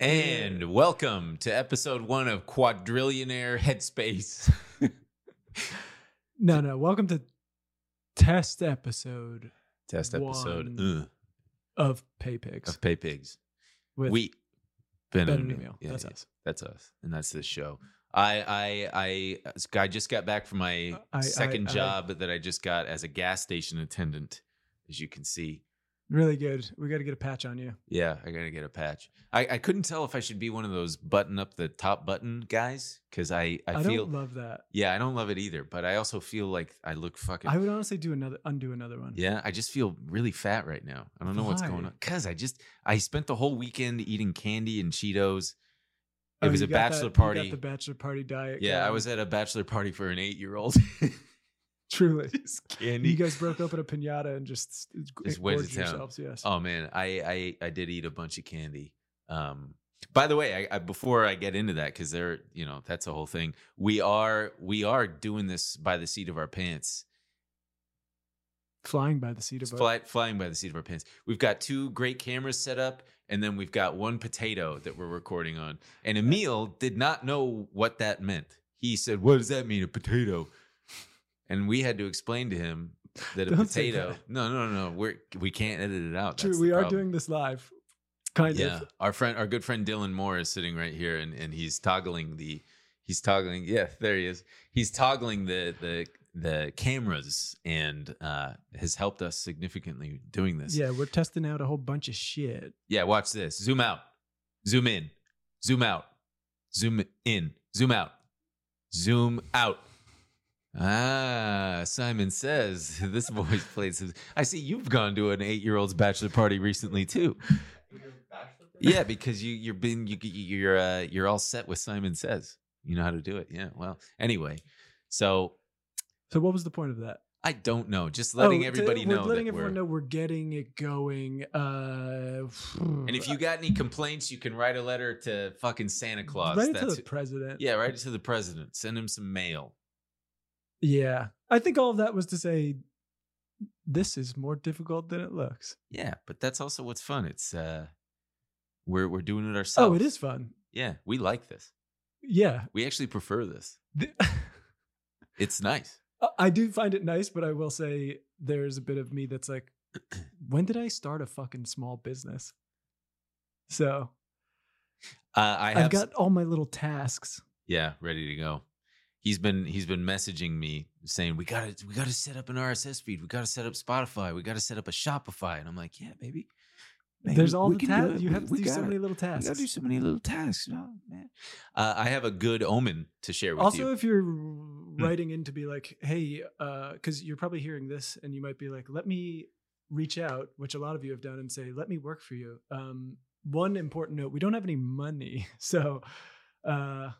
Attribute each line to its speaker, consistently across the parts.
Speaker 1: And welcome to episode one of Quadrillionaire Headspace.
Speaker 2: No, no. Welcome to test episode
Speaker 1: Test
Speaker 2: One.
Speaker 1: episode ugh,
Speaker 2: of Pay Pigs
Speaker 1: of Pay Pigs.
Speaker 2: with
Speaker 1: we Ben,
Speaker 2: Ben
Speaker 1: and
Speaker 2: and
Speaker 1: Emil.
Speaker 2: Emil. That's
Speaker 1: us. That's us, and that's this show. I I I I just got back from my
Speaker 2: I- I-
Speaker 1: second
Speaker 2: I-
Speaker 1: job that I just got as a gas station attendant, as you can see.
Speaker 2: really good. We got to get a patch on you.
Speaker 1: Yeah, I gotta get a patch. I, I couldn't tell if I should be one of those button up the top button guys because I I,
Speaker 2: I,
Speaker 1: feel
Speaker 2: don't love that.
Speaker 1: yeah I don't love it either, but I also feel like I look fucking
Speaker 2: I would honestly do another, undo another one.
Speaker 1: Yeah, I just feel really fat right now. I don't know what's going
Speaker 2: Why?
Speaker 1: on. Cause I just I spent the whole weekend eating candy and Cheetos. It
Speaker 2: Oh,
Speaker 1: was
Speaker 2: you
Speaker 1: a
Speaker 2: got that-
Speaker 1: bachelor
Speaker 2: you got
Speaker 1: party.
Speaker 2: the bachelor party diet.
Speaker 1: yeah, I
Speaker 2: going.
Speaker 1: was at a bachelor party for an eight year old.
Speaker 2: truly.
Speaker 1: candy.
Speaker 2: You guys broke open a pinata and just,
Speaker 1: Just went to
Speaker 2: gorged
Speaker 1: town.
Speaker 2: yourselves. Yes.
Speaker 1: Oh man, I, I I did eat a bunch of candy. Um, by the way, I, I before I get into that, because there, you know, that's a whole thing. We are we are doing this by the seat of our pants.
Speaker 2: Flying by the seat of our.
Speaker 1: Fly, flying by the seat of our pants. We've got two great cameras set up, and then we've got one potato that we're recording on. And Emil did not know what that meant. He said, "What does that mean, a potato?" And we had to explain to him that a
Speaker 2: Don't say
Speaker 1: potato.
Speaker 2: that.
Speaker 1: No, no, no. We're we can't edit it out.
Speaker 2: True.
Speaker 1: That's
Speaker 2: We
Speaker 1: the
Speaker 2: are
Speaker 1: problem.
Speaker 2: doing this live, kind
Speaker 1: Yeah,
Speaker 2: of.
Speaker 1: our friend, our good friend Dylan Moore is sitting right here, and and he's toggling the, he's toggling. Yeah, there he is. He's toggling the the the cameras, and uh, has helped us significantly doing this.
Speaker 2: Yeah, we're testing out a whole bunch of shit.
Speaker 1: yeah. Watch this. Zoom out. Zoom in. Zoom out. Zoom in. Zoom out. Zoom out. Ah, Simon says this voice plays. his- I see you've gone to an eight-year-old's bachelor party recently too. Yeah, because you you're been you you- you're uh, you're all set with Simon Says. You know how to do it. Yeah. Well, anyway, so
Speaker 2: So, what was the point of that?
Speaker 1: I don't know. Just letting
Speaker 2: Oh, to-
Speaker 1: everybody
Speaker 2: we're
Speaker 1: know
Speaker 2: letting
Speaker 1: that
Speaker 2: everyone
Speaker 1: we're.
Speaker 2: know we're getting it going. Uh,
Speaker 1: And if you got any complaints, you can write a letter to fucking Santa Claus.
Speaker 2: right to
Speaker 1: That's
Speaker 2: the president,
Speaker 1: yeah, write it to the president. Send him some mail.
Speaker 2: yeah. I think all of that was to say this is more difficult than it looks.
Speaker 1: Yeah, but that's also what's fun. It's uh, we're we're doing it
Speaker 2: Oh,
Speaker 1: ourselves.
Speaker 2: it is fun.
Speaker 1: Yeah, we like this.
Speaker 2: Yeah,
Speaker 1: We actually prefer this.
Speaker 2: The-
Speaker 1: It's nice.
Speaker 2: I do find it nice, but I will say there's a bit of me that's like, when did I start a fucking small business? So
Speaker 1: Uh, I have
Speaker 2: I've got all my little tasks.
Speaker 1: Yeah, ready to go. He's been he's been messaging me saying we got to we got to set up an RSS feed. We got to set up Spotify. We got to set up a Shopify. And I'm like, yeah, baby. Maybe
Speaker 2: There's all
Speaker 1: we
Speaker 2: the
Speaker 1: can do
Speaker 2: tasks.
Speaker 1: it.
Speaker 2: You
Speaker 1: We-
Speaker 2: have to
Speaker 1: we
Speaker 2: do so
Speaker 1: gotta-
Speaker 2: many little
Speaker 1: we gotta
Speaker 2: tasks.
Speaker 1: do so many little tasks. Oh, man. Uh, I have a good omen to share with
Speaker 2: also
Speaker 1: you. Hmm.
Speaker 2: if you're writing in to be like hey uh because you're probably hearing this and you might be like let me reach out which a lot of you have done and say let me work for you um one important note we don't have any money so uh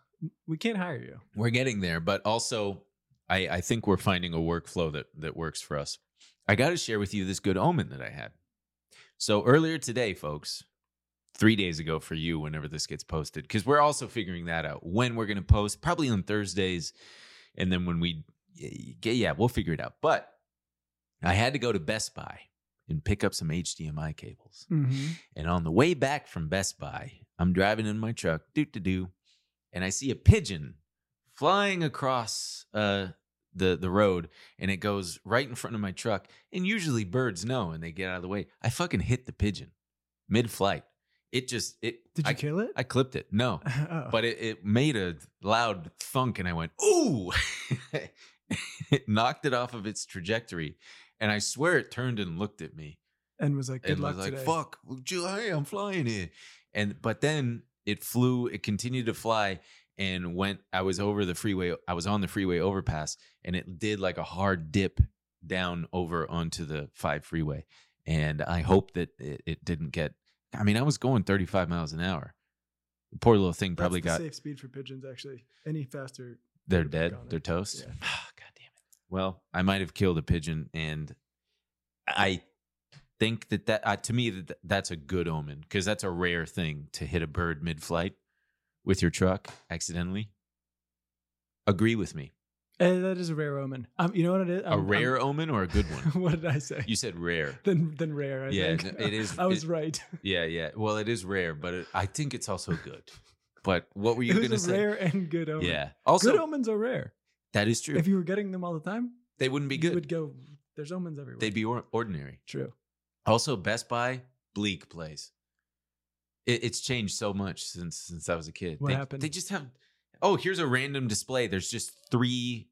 Speaker 2: we can't hire you
Speaker 1: We're getting there, but also I, I think we're finding a workflow that that works for us. I got to share with you this good omen that I had. So earlier today, folks, three days ago for you, whenever this gets posted, because we're also figuring that out when we're going to post, probably on Thursdays, and then when we get, yeah, we'll figure it out. But I had to go to Best Buy and pick up some HDMI cables. And on the way back from Best Buy, I'm driving in my truck, doot to do, and I see a pigeon flying across uh, the the road, and it goes right in front of my truck. And usually birds know, and they get out of the way. I fucking hit the pigeon mid flight. It just it.
Speaker 2: did you
Speaker 1: I,
Speaker 2: kill it
Speaker 1: I clipped it. No,
Speaker 2: oh.
Speaker 1: but it, it made a loud thunk, and I went ooh. it knocked it off of its trajectory, and I swear it turned and looked at me
Speaker 2: and was like good
Speaker 1: and
Speaker 2: luck
Speaker 1: was like,
Speaker 2: today
Speaker 1: "Fuck, well, Ju- hey, I'm flying here," and but then it flew. It continued to fly and went. I was over the freeway. I was on the freeway overpass, and it did like a hard dip down over onto the five freeway. And I hope that it, it didn't get. I mean, I was going 35 miles an hour. The poor little thing
Speaker 2: That's
Speaker 1: probably
Speaker 2: the
Speaker 1: got.
Speaker 2: safe speed for pigeons actually any faster
Speaker 1: They're
Speaker 2: would've
Speaker 1: dead.
Speaker 2: gone in.
Speaker 1: They're toast.
Speaker 2: Yeah.
Speaker 1: Ah, God damn it. Well, I might have killed a pigeon, and I think that that uh, to me that th- that's a good omen because that's a rare thing to hit a bird mid-flight with your truck accidentally. Agree with me.
Speaker 2: Eh, that is a rare omen. Um, you know what it is?
Speaker 1: A
Speaker 2: I'm- I'm-
Speaker 1: rare omen or a good one?
Speaker 2: what did I say?
Speaker 1: You said rare.
Speaker 2: Then than rare. I
Speaker 1: Yeah,
Speaker 2: think.
Speaker 1: no, it is-
Speaker 2: I was
Speaker 1: it-
Speaker 2: right.
Speaker 1: Yeah, yeah. Well, it is rare, but it, I think it's also good. But what were you
Speaker 2: it
Speaker 1: going to
Speaker 2: was a
Speaker 1: say?
Speaker 2: rare and good omen.
Speaker 1: yeah. Also,
Speaker 2: good omens are rare.
Speaker 1: that is true.
Speaker 2: If you were getting them all the time,
Speaker 1: they wouldn't be
Speaker 2: you
Speaker 1: good.
Speaker 2: would go. There's omens everywhere.
Speaker 1: They'd be or- ordinary.
Speaker 2: true.
Speaker 1: Also, Best Buy, bleak place. It, it's changed so much since since I was a kid.
Speaker 2: What
Speaker 1: they,
Speaker 2: happened?
Speaker 1: They just have. Oh, here's a random display. There's just three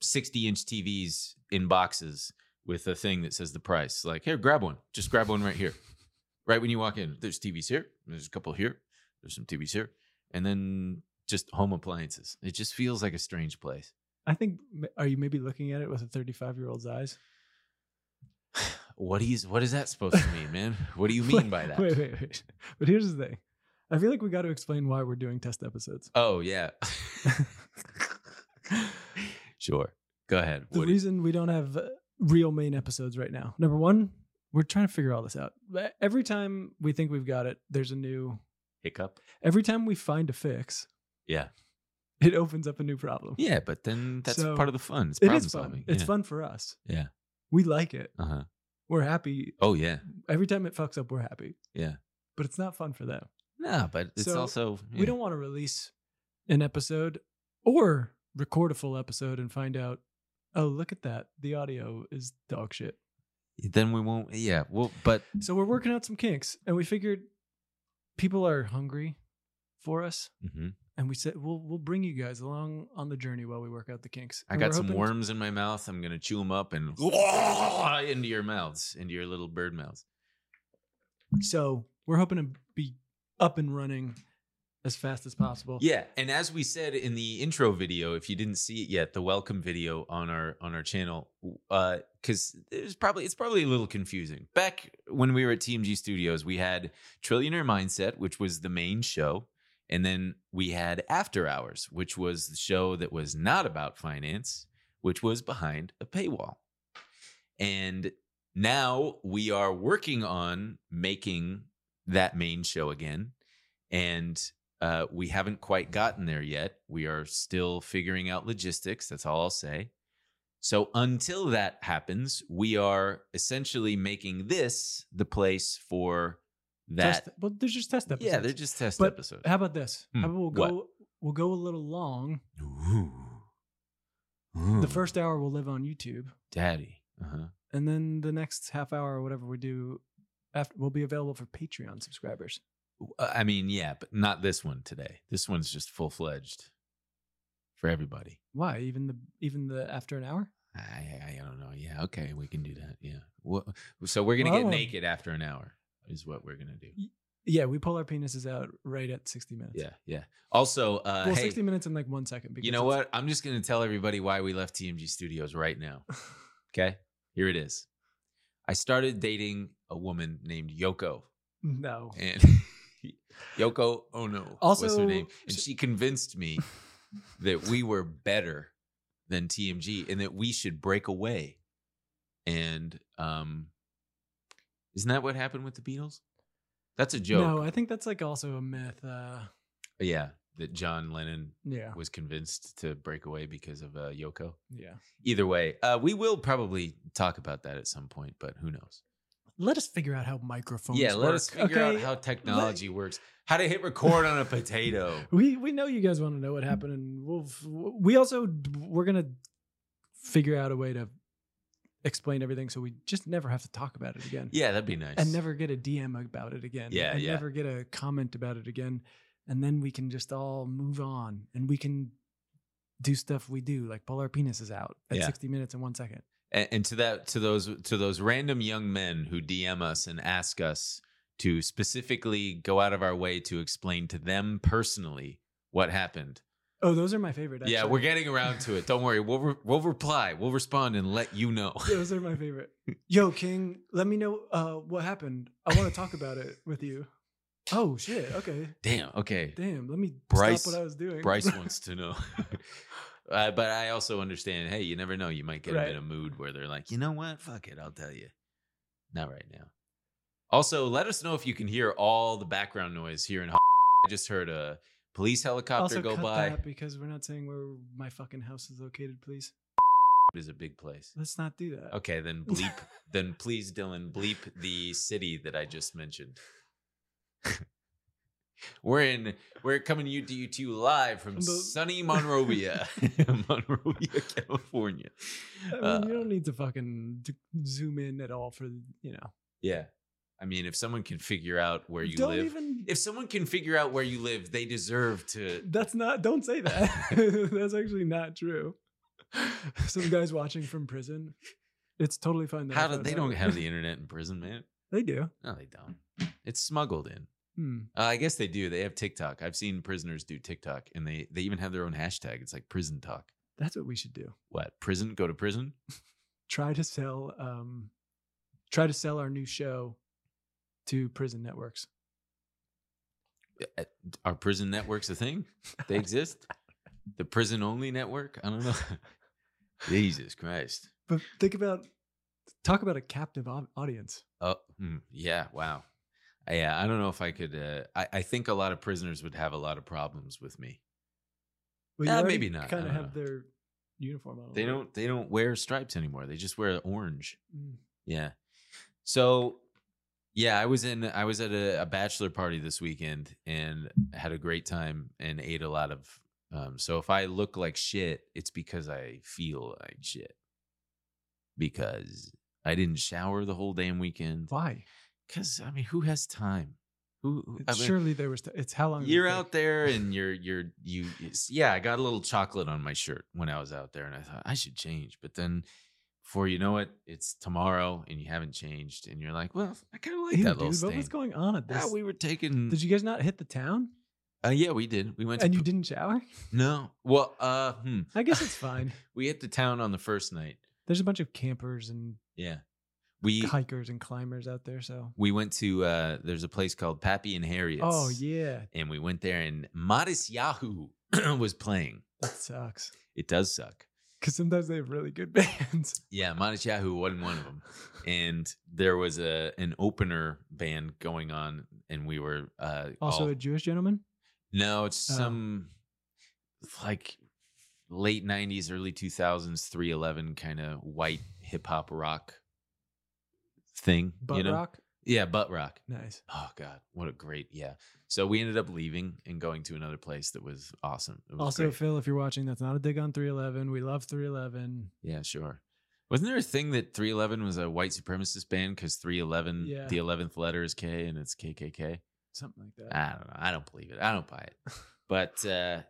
Speaker 1: 60 inch TVs in boxes with a thing that says the price. Like, here, grab one. Just grab one right here. Right when you walk in, there's TVs here. There's a couple here. There's some TVs here. And then just home appliances. It just feels like a strange place.
Speaker 2: I think. Are you maybe looking at it with a 35 year old's eyes?
Speaker 1: What is what is that supposed to mean, man? What do you mean by that?
Speaker 2: Wait, wait, wait. But here's the thing. I feel like we got to explain why we're doing test episodes.
Speaker 1: Oh yeah. sure. Go ahead.
Speaker 2: The
Speaker 1: Woody.
Speaker 2: reason we don't have uh, real main episodes right now. Number one, we're trying to figure all this out. But Every time we think we've got it, there's a new.
Speaker 1: hiccup.
Speaker 2: Every time we find a fix,
Speaker 1: Yeah.
Speaker 2: it opens up a new problem.
Speaker 1: Yeah, but then that's
Speaker 2: So,
Speaker 1: part of the fun. It's
Speaker 2: It
Speaker 1: problem
Speaker 2: is fun.
Speaker 1: solving.
Speaker 2: It's
Speaker 1: yeah.
Speaker 2: fun for us.
Speaker 1: Yeah.
Speaker 2: We like it.
Speaker 1: Uh huh.
Speaker 2: We're happy.
Speaker 1: Oh yeah.
Speaker 2: Every time it fucks up, we're happy.
Speaker 1: Yeah.
Speaker 2: But it's not fun for them.
Speaker 1: No, but it's
Speaker 2: So,
Speaker 1: also yeah.
Speaker 2: We don't want to release an episode or record a full episode and find out, oh, look at that. The audio is dog shit.
Speaker 1: Then we won't. Yeah. Well, but
Speaker 2: So we're working out some kinks and we figured people are hungry for us.
Speaker 1: mhm.
Speaker 2: And we said, we'll, we'll bring you guys along on the journey while we work out the kinks.
Speaker 1: I
Speaker 2: And
Speaker 1: got
Speaker 2: we're
Speaker 1: some
Speaker 2: hoping-
Speaker 1: worms in my mouth. I'm gonna chew them up and into your mouths, into your little bird mouths.
Speaker 2: So we're hoping to be up and running as fast as possible.
Speaker 1: Yeah, and as we said in the intro video, if you didn't see it yet, the welcome video on our on our channel, uh, because there's probably it's probably a little confusing. Back when we were at TMG Studios, we had Trillionaire Mindset, which was the main show, and then we had After Hours, which was the show that was not about finance, which was behind a paywall, and now we are working on making that main show again, and uh, we haven't quite gotten there yet. We are still figuring out logistics. That's all I'll say. So until that happens, we are essentially making this the place for that.
Speaker 2: Test, well, there's just test episodes.
Speaker 1: yeah, they're just test
Speaker 2: But
Speaker 1: episodes.
Speaker 2: How about this?
Speaker 1: Hmm,
Speaker 2: How about we'll
Speaker 1: what?
Speaker 2: go we'll go a little long.
Speaker 1: Hmm.
Speaker 2: The first hour will live on YouTube,
Speaker 1: daddy. Uh-huh.
Speaker 2: and then the next half hour or whatever we do after will be available for Patreon subscribers.
Speaker 1: Uh, I mean, yeah, but not this one today. This one's just full fledged for everybody.
Speaker 2: Why? Even the even the after an hour?
Speaker 1: I, I I don't know. Yeah, okay, we can do that. Yeah. Wha- So we're gonna
Speaker 2: Well, um
Speaker 1: get naked after an hour is what we're gonna do.
Speaker 2: Yeah, we pull our penises out right at sixty minutes.
Speaker 1: Yeah, yeah. Also, uh,
Speaker 2: well,
Speaker 1: hey,
Speaker 2: sixty minutes in like one second. Because
Speaker 1: you know
Speaker 2: it's-
Speaker 1: what? I'm just going to tell everybody why we left TMG Studios right now. Okay. Here it is. I started dating a woman named Yoko,
Speaker 2: No.
Speaker 1: and Yoko Ono was
Speaker 2: Also-
Speaker 1: her name, and she convinced me that we were better than TMG and that we should break away. And um, isn't that what happened with the Beatles? That's a joke.
Speaker 2: No, I think that's like also a myth. Uh,
Speaker 1: Yeah, that John Lennon
Speaker 2: yeah,
Speaker 1: was convinced to break away because of uh, Yoko.
Speaker 2: yeah.
Speaker 1: Either way, uh, we will probably talk about that at some point, but who knows?
Speaker 2: Let us figure out how microphones.
Speaker 1: yeah, let
Speaker 2: work,
Speaker 1: us figure out
Speaker 2: okay?
Speaker 1: how technology works, how to hit record on a potato.
Speaker 2: We we know you guys want to know what happened, and we'll f- we also we're gonna figure out a way to explain everything, so we just never have to talk about it again,
Speaker 1: Yeah, that'd be nice.
Speaker 2: and never get a DM about it again,
Speaker 1: Yeah,
Speaker 2: and
Speaker 1: yeah.
Speaker 2: never get a comment about it again, and then we can just all move on, and we can do stuff we do, like pull our penises out at
Speaker 1: Yeah.
Speaker 2: sixty minutes in one second.
Speaker 1: And, and to that, to those, to those random young men who DM us and ask us to specifically go out of our way to explain to them personally what happened.
Speaker 2: Oh, those are my favorite. Actually.
Speaker 1: Yeah, we're getting around to it. Don't worry, we'll re- we'll reply, we'll respond, and let you know.
Speaker 2: Those are my favorite. Yo, King, let me know uh, what happened. I want to talk about it with you. Oh shit! Okay,
Speaker 1: Damn. Okay.
Speaker 2: damn, let me
Speaker 1: Bryce-
Speaker 2: stop what I was doing.
Speaker 1: Bryce wants to know. uh, but I also understand, hey, you never know. You might get 'em
Speaker 2: Right.
Speaker 1: in a mood where they're like, you know what? Fuck it. I'll tell you. Not right now. Also, let us know if you can hear all the background noise here in. I just heard a Police helicopter
Speaker 2: also
Speaker 1: go
Speaker 2: cut
Speaker 1: by.
Speaker 2: that because we're not saying where my fucking house is located, please.
Speaker 1: It is a big place.
Speaker 2: Let's not do that.
Speaker 1: Okay, then bleep. then please, Dylan, bleep the city that I just mentioned. we're in. We're coming to you, to you two live from
Speaker 2: But-
Speaker 1: sunny Monrovia, Monrovia, California.
Speaker 2: I mean,
Speaker 1: Uh,
Speaker 2: you don't need to fucking d- zoom in at all for you know.
Speaker 1: yeah, I mean, if someone can figure out where you
Speaker 2: don't
Speaker 1: live,
Speaker 2: even.
Speaker 1: if someone can figure out where you live, they deserve to.
Speaker 2: that's not. Don't say that. that's actually not true. Some guys watching from prison. It's totally fine. that I
Speaker 1: How do
Speaker 2: found
Speaker 1: they
Speaker 2: out.
Speaker 1: don't have the internet in prison, man?
Speaker 2: They do.
Speaker 1: No, they don't. It's smuggled in.
Speaker 2: Hmm.
Speaker 1: Uh, I guess they do. They have TikTok. I've seen prisoners do TikTok, and they they even have their own hashtag. It's like prison talk.
Speaker 2: That's what we should do.
Speaker 1: What prison? Go to prison.
Speaker 2: Try to sell. Um, try to sell our new show to prison networks.
Speaker 1: Are prison networks a thing? They exist. the prison only network. I don't know. Jesus Christ.
Speaker 2: But think about. Talk about a captive au- audience.
Speaker 1: Oh, hmm, yeah. Wow. Yeah, I don't know if I could. Uh, I I think a lot of prisoners would have a lot of problems with me.
Speaker 2: Well,
Speaker 1: Uh, maybe not. I
Speaker 2: Kind of
Speaker 1: don't
Speaker 2: have
Speaker 1: know.
Speaker 2: their uniform on.
Speaker 1: They
Speaker 2: right?
Speaker 1: don't. They don't wear stripes anymore. They just wear orange.
Speaker 2: Mm.
Speaker 1: Yeah. So yeah, I was in I was at a, a bachelor party this weekend and had a great time and ate a lot of um so if I look like shit, it's because I feel like shit. Because I didn't shower the whole damn weekend.
Speaker 2: Why?
Speaker 1: Cuz I mean, who has time? Who, who I mean,
Speaker 2: Surely there was. it's how long? did it
Speaker 1: you're
Speaker 2: take?
Speaker 1: out there and you're you're you it's- yeah i got a little chocolate on my shirt when i was out there and i thought i should change but then before you know it it's tomorrow and you haven't changed and you're like well i kind of like
Speaker 2: Ew,
Speaker 1: that little
Speaker 2: dude, what
Speaker 1: stain
Speaker 2: was going on at
Speaker 1: yeah,
Speaker 2: this?
Speaker 1: we were taking
Speaker 2: Did you guys not hit the town?
Speaker 1: uh, yeah we did we went to
Speaker 2: And you
Speaker 1: P-
Speaker 2: didn't shower?
Speaker 1: no well uh hmm.
Speaker 2: I guess it's fine.
Speaker 1: we hit the town on the first night
Speaker 2: There's a bunch of campers and
Speaker 1: yeah we
Speaker 2: hikers and climbers out there. So,
Speaker 1: we went to uh there's a place called pappy and harriet's
Speaker 2: oh yeah,
Speaker 1: and we went there and modest yahoo was playing
Speaker 2: that sucks.
Speaker 1: it does suck
Speaker 2: Because sometimes they have really good bands.
Speaker 1: Yeah, Modest Yahoo wasn't one of them. And there was a an opener band going on, and we were uh,
Speaker 2: Also,
Speaker 1: all-
Speaker 2: a Jewish gentleman.
Speaker 1: no, it's
Speaker 2: Oh.
Speaker 1: some like late '90s, early 2000s, 311 kind of white hip hop rock thing.
Speaker 2: Butt
Speaker 1: you know?
Speaker 2: rock.
Speaker 1: Yeah, butt rock.
Speaker 2: Nice.
Speaker 1: Oh God, what a great yeah. So we ended up leaving and going to another place that was awesome. It was
Speaker 2: Also,
Speaker 1: great.
Speaker 2: Phil, if you're watching, that's not a dig on 311. We love 311.
Speaker 1: Yeah, sure. Wasn't there a thing that 311 was a white supremacist band because 311,
Speaker 2: Yeah.
Speaker 1: the 11th letter is K and it's KKK?
Speaker 2: Something like that.
Speaker 1: I don't know. I don't believe it. I don't buy it. But uh,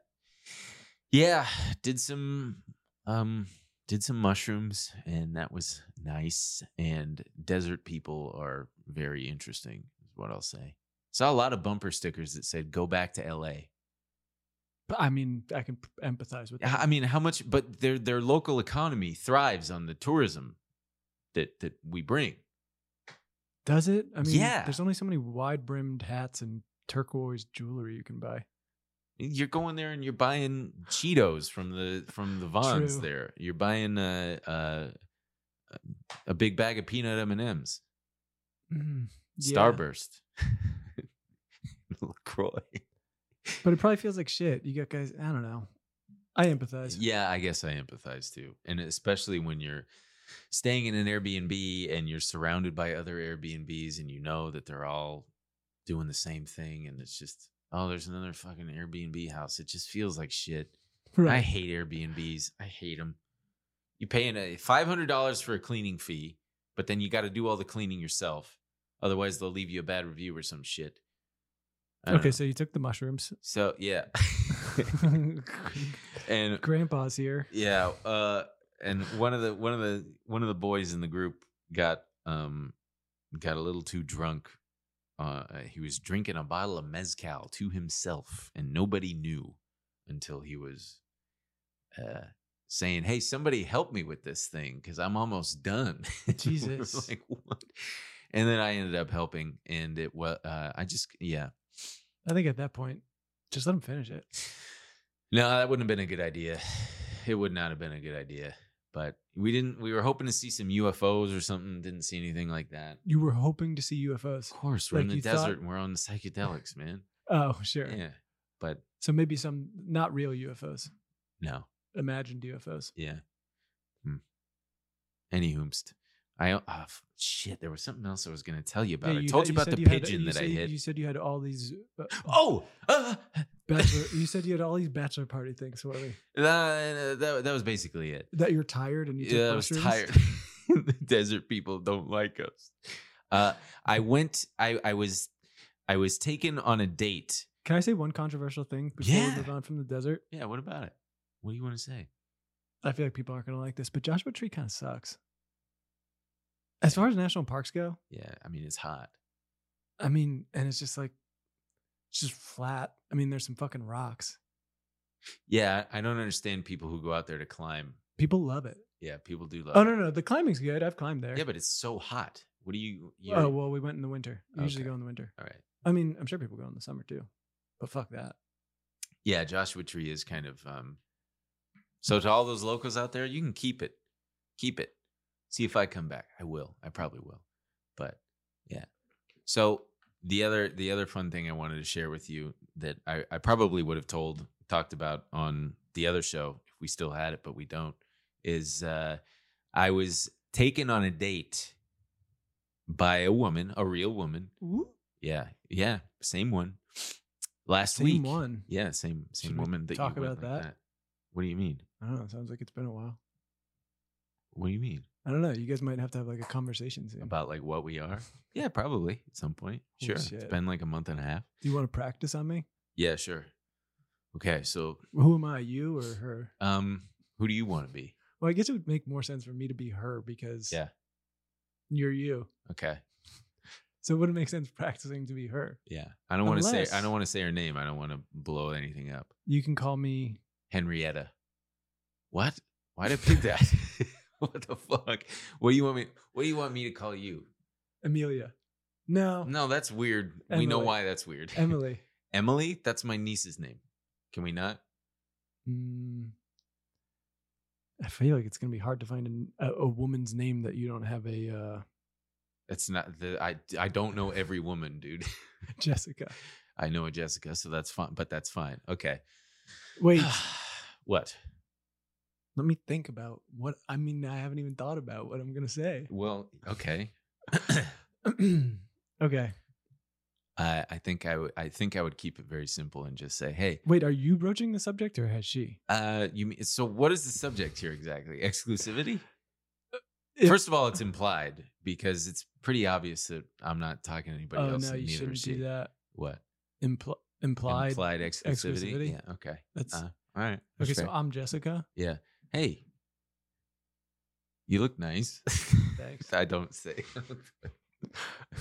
Speaker 1: yeah, did some um, did some mushrooms and that was nice. And desert people are very interesting, is what I'll say. Saw a lot of bumper stickers that said "Go back to L.A."
Speaker 2: But I mean, I can p- empathize with that.
Speaker 1: I mean, how much? But their their local economy thrives on the tourism that that we bring.
Speaker 2: Does it? I mean,
Speaker 1: Yeah.
Speaker 2: there's only so many wide brimmed hats and turquoise jewelry you can buy.
Speaker 1: You're going there and you're buying Cheetos from the from the Vons
Speaker 2: True.
Speaker 1: there. You're buying a, a a big bag of peanut M and M's,
Speaker 2: Mm, yeah.
Speaker 1: Starburst, Lacroix.
Speaker 2: But it probably feels like shit. You got guys, I don't know. I empathize.
Speaker 1: Yeah, I guess I empathize too, and especially when you're staying in an Airbnb and you're surrounded by other Airbnbs and you know that they're all doing the same thing, and it's just oh, there's another fucking Airbnb house. It just feels like shit. I
Speaker 2: Right.
Speaker 1: hate Airbnbs. I hate them. You paying a five hundred dollars for a cleaning fee, but then you got to do all the cleaning yourself. Otherwise, they'll leave you a bad review or some shit. I don't
Speaker 2: okay,
Speaker 1: know.
Speaker 2: so you took the mushrooms.
Speaker 1: so yeah, and
Speaker 2: Grandpa's here.
Speaker 1: yeah, uh, and one of the one of the one of the boys in the group got um got a little too drunk. Uh, he was drinking a bottle of mezcal to himself, and nobody knew until he was uh, saying, "Hey, somebody help me with this thing because I'm almost done." We were
Speaker 2: Jesus.
Speaker 1: like what? And then I ended up helping, and it was uh, I just yeah.
Speaker 2: I think at that point, just let him finish it.
Speaker 1: No, that wouldn't have been a good idea. It would not have been a good idea. But we didn't. We were hoping to see some UFOs or something. Didn't see anything like that.
Speaker 2: You were hoping to see UFOs.
Speaker 1: Of course, we're in
Speaker 2: Like
Speaker 1: the
Speaker 2: you thought-
Speaker 1: desert and we're on the psychedelics, man.
Speaker 2: Oh, sure.
Speaker 1: Yeah, but
Speaker 2: So maybe some not real UFOs,
Speaker 1: no.
Speaker 2: imagined UFOs.
Speaker 1: Yeah. Hmm. Any hoomst. I oh, f- shit. There was something else I was going to tell you about.
Speaker 2: Yeah,
Speaker 1: I
Speaker 2: you
Speaker 1: told
Speaker 2: had-
Speaker 1: you about
Speaker 2: said
Speaker 1: the
Speaker 2: had-
Speaker 1: pigeon
Speaker 2: you
Speaker 1: that I
Speaker 2: said-
Speaker 1: hit.
Speaker 2: You said you had all these uh,
Speaker 1: oh, uh,
Speaker 2: bachelor. you said you had all these bachelor party things for me.
Speaker 1: that, that that was basically it.
Speaker 2: That you're tired and you took
Speaker 1: Yeah, I was
Speaker 2: mushrooms?
Speaker 1: tired. the desert people don't like us. Uh, I went. I I was I was taken on a date.
Speaker 2: Can I say one controversial thing before
Speaker 1: Yeah.
Speaker 2: we move on from the desert?
Speaker 1: Yeah. What about it? What do you want to say?
Speaker 2: I feel like people aren't going to like this, but Joshua Tree kind of sucks. As far as national parks go,
Speaker 1: Yeah. I mean, it's hot.
Speaker 2: I mean, and it's just like, it's just flat. I mean, there's some fucking rocks.
Speaker 1: Yeah. I don't understand people who go out there to climb.
Speaker 2: People love it.
Speaker 1: Yeah. People do love.
Speaker 2: Oh
Speaker 1: it.
Speaker 2: no, no, the climbing's good. I've climbed there.
Speaker 1: Yeah, but it's so hot. What do you? you
Speaker 2: oh well, we went in the winter. We usually
Speaker 1: Okay.
Speaker 2: go in the winter.
Speaker 1: All right.
Speaker 2: I mean, I'm sure people go in the summer too, but fuck that.
Speaker 1: Yeah, Joshua Tree is kind of um so to all those locals out there, you can keep it. Keep it. See if I come back. I will. I probably will. But yeah. So the other the other fun thing I wanted to share with you that I, I probably would have told talked about on the other show if we still had it, but we don't, is uh I was taken on a date by a woman, a real woman. Yeah. Yeah. Same one. Last
Speaker 2: Same
Speaker 1: week.
Speaker 2: one.
Speaker 1: Yeah, same same
Speaker 2: we
Speaker 1: woman that
Speaker 2: talk
Speaker 1: you went
Speaker 2: about
Speaker 1: like
Speaker 2: that?
Speaker 1: What do you mean?
Speaker 2: I don't know. it Sounds like it's been a while.
Speaker 1: What do you mean
Speaker 2: I don't know. You guys might have to have like a conversation soon.
Speaker 1: about like what we are? Yeah, probably at some point.
Speaker 2: Holy
Speaker 1: Sure, it's
Speaker 2: shit.
Speaker 1: been like a month and a half.
Speaker 2: Do you want to practice on me?
Speaker 1: Yeah, sure. Okay, so
Speaker 2: Who am I, you or her?
Speaker 1: um, who do you want to be?
Speaker 2: Well, I guess it would make more sense for me to be her because
Speaker 1: Yeah.
Speaker 2: you're you.
Speaker 1: Okay,
Speaker 2: So it wouldn't make sense practicing to be her.
Speaker 1: yeah. I don't want to say I
Speaker 2: Unless-
Speaker 1: don't want to say her name. I don't want to blow anything up.
Speaker 2: You can call me.
Speaker 1: Henrietta. What? Why did I pick that? what the fuck? What do you want me? What do you want me to call you?
Speaker 2: Amelia. No,
Speaker 1: No, that's weird. We know
Speaker 2: Oh. Emily.
Speaker 1: why that's weird.
Speaker 2: Emily.
Speaker 1: Emily. That's my niece's name. Can we not?
Speaker 2: Mm, I feel like it's gonna be hard to find an, a, a woman's name that you don't have a uh,
Speaker 1: That's not the I I don't know every woman, dude.
Speaker 2: Jessica.
Speaker 1: I know a Jessica, so that's fine, but that's fine. Okay.
Speaker 2: Wait,
Speaker 1: what?
Speaker 2: let me think about what I mean. I haven't even thought about what I'm gonna say.
Speaker 1: Well, okay.
Speaker 2: okay,
Speaker 1: I I think I would I think I would keep it very simple and just say, "Hey,
Speaker 2: wait. Are you broaching the subject, or has she?
Speaker 1: uh you mean so what is the subject here exactly? Exclusivity?
Speaker 2: If-
Speaker 1: First of all, it's implied because it's pretty obvious that I'm not talking to anybody
Speaker 2: oh
Speaker 1: else
Speaker 2: no,
Speaker 1: and
Speaker 2: you
Speaker 1: neither
Speaker 2: shouldn't
Speaker 1: is she.
Speaker 2: do that.
Speaker 1: What?
Speaker 2: Impl- implied.
Speaker 1: Implied exclusivity?
Speaker 2: exclusivity?
Speaker 1: Yeah, okay.
Speaker 2: That's
Speaker 1: Uh, all right. That's
Speaker 2: okay.
Speaker 1: fair.
Speaker 2: So I'm Jessica.
Speaker 1: hey, you look nice.
Speaker 2: Thanks.
Speaker 1: I don't say.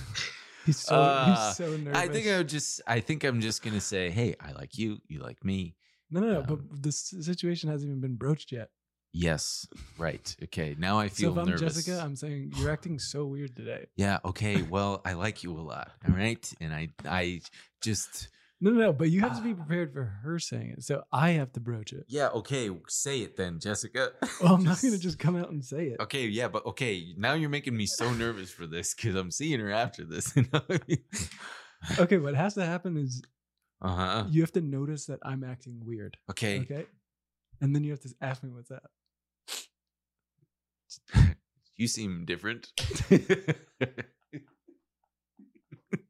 Speaker 2: He's so
Speaker 1: Uh,
Speaker 2: he's so nervous.
Speaker 1: I think I would just. I think I'm just gonna say, hey, I like you. You like me.
Speaker 2: no, no, no.
Speaker 1: um,
Speaker 2: but this situation hasn't even been broached yet.
Speaker 1: Yes. Right. Okay. Now I feel
Speaker 2: so if I'm
Speaker 1: nervous.
Speaker 2: Jessica, I'm saying you're acting so weird today.
Speaker 1: yeah. Okay. Well, I like you a lot. All right. And I. I just.
Speaker 2: No, no, no. But you have to be
Speaker 1: Ah.
Speaker 2: prepared for her saying it. So I have to broach it.
Speaker 1: Yeah. Okay. Say it then, Jessica.
Speaker 2: Well, I'm not gonna just come out and say it.
Speaker 1: Okay, yeah, but okay, now you're making me so nervous for this because I'm seeing her after this. You know?
Speaker 2: Okay, what has to happen is
Speaker 1: uh huh.
Speaker 2: you have to notice that I'm acting weird.
Speaker 1: Okay.
Speaker 2: Okay. And then you have to ask me what's up.
Speaker 1: you seem different.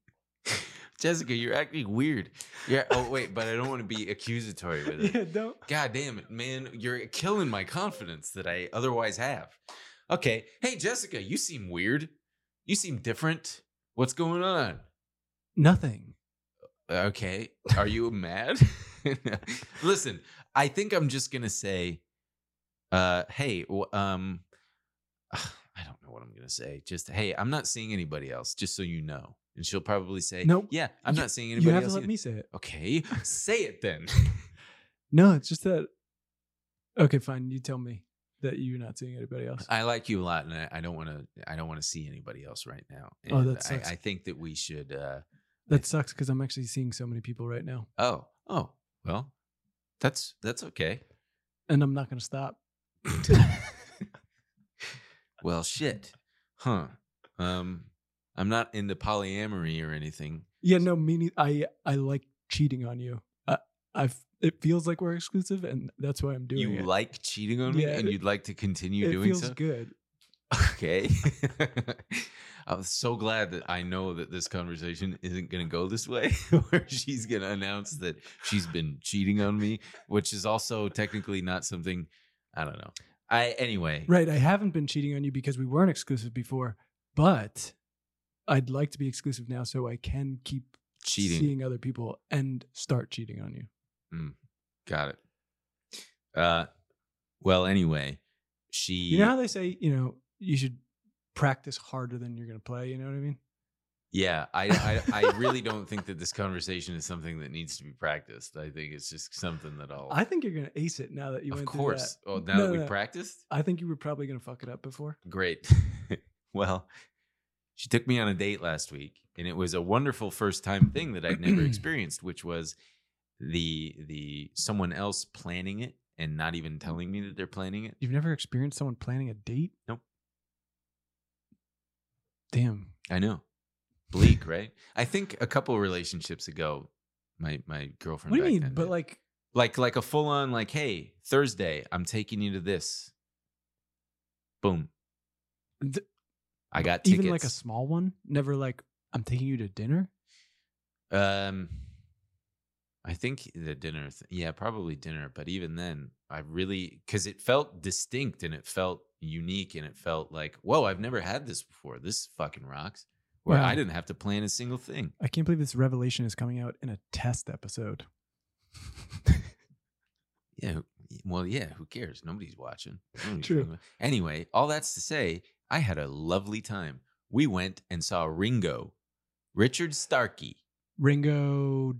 Speaker 1: Jessica, you're acting weird. Yeah. Oh wait, but I don't want to be accusatory with it.
Speaker 2: Yeah, don't.
Speaker 1: God damn it, man! You're killing my confidence that I otherwise have. Okay. Hey, Jessica, you seem weird. You seem different. What's going on?
Speaker 2: Nothing.
Speaker 1: Okay. Are you mad? Listen, I think I'm just gonna say, uh, hey, w- um, I don't know what I'm gonna say. Just hey, I'm not seeing anybody else. Just so you know, and she'll probably say,
Speaker 2: Nope.
Speaker 1: yeah, I'm
Speaker 2: You-
Speaker 1: not seeing anybody
Speaker 2: You have to
Speaker 1: else.
Speaker 2: let
Speaker 1: either."
Speaker 2: me say it.
Speaker 1: Okay, say it then.
Speaker 2: No, it's just that. Okay, fine. You tell me that you're not seeing anybody else.
Speaker 1: I like you a lot, and I, I don't want to. I don't want to see anybody else right now. And
Speaker 2: Oh, that sucks.
Speaker 1: I, I think that we should. uh
Speaker 2: That sucks because I'm actually seeing so many people right now,
Speaker 1: Oh, oh, well, that's that's okay.
Speaker 2: and I'm not gonna stop.
Speaker 1: Well, shit, huh? Um, I'm not into polyamory or anything.
Speaker 2: Yeah, no, me. nei- I I like cheating on you. I I've it feels like we're exclusive, and that's why I'm doing
Speaker 1: you
Speaker 2: it.
Speaker 1: like cheating on me
Speaker 2: Yeah.
Speaker 1: and you'd like to continue
Speaker 2: it
Speaker 1: doing
Speaker 2: feels
Speaker 1: so?
Speaker 2: good.
Speaker 1: Okay. I was so glad that I know that this conversation isn't going to go this way, where she's going to announce that she's been cheating on me, which is also technically not something. I don't know. I anyway.
Speaker 2: Right. I haven't been cheating on you because we weren't exclusive before, but I'd like to be exclusive now so I can keep
Speaker 1: Cheating.
Speaker 2: seeing other people and start cheating on you.
Speaker 1: Mm, Got it. Uh, well, anyway, she.
Speaker 2: You know how they say, you know, you should practice harder than you're going to play. You know what I mean?
Speaker 1: Yeah, I, I I really don't think that this conversation is something that needs to be practiced. I think it's just something that I'll.
Speaker 2: I think you're going to ace it now that you
Speaker 1: of
Speaker 2: went
Speaker 1: course.
Speaker 2: through that.
Speaker 1: Oh, now
Speaker 2: No,
Speaker 1: that we
Speaker 2: no, no.
Speaker 1: practiced,
Speaker 2: I think you were probably going to fuck it up before.
Speaker 1: great. well, she took me on a date last week, and it was a wonderful first time thing that I'd never experienced, which was the the someone else planning it and not even telling me that they're planning it.
Speaker 2: You've never experienced someone planning a date?
Speaker 1: Nope.
Speaker 2: Damn.
Speaker 1: I know. Bleak, right? I think a couple relationships ago, my my girlfriend.
Speaker 2: What do
Speaker 1: back
Speaker 2: you mean?
Speaker 1: then
Speaker 2: But
Speaker 1: did.
Speaker 2: like,
Speaker 1: like like a full on like hey thursday i'm taking you to this boom
Speaker 2: Th-
Speaker 1: i got tickets
Speaker 2: even like a small one? Never like, I'm taking you to dinner?
Speaker 1: um i think the dinner th- yeah probably dinner but even then i really because it felt distinct and it felt unique and it felt like whoa i've never had this before this fucking rocks where
Speaker 2: Wow.
Speaker 1: i didn't have to plan a single thing
Speaker 2: I can't believe this revelation is coming out in a test episode.
Speaker 1: Yeah. who- Well, yeah, who cares? Nobody's watching. Nobody's
Speaker 2: True.
Speaker 1: talking about- Anyway, all that's to say, I had a lovely time. We went and saw Ringo, Richard Starkey.
Speaker 2: Ringo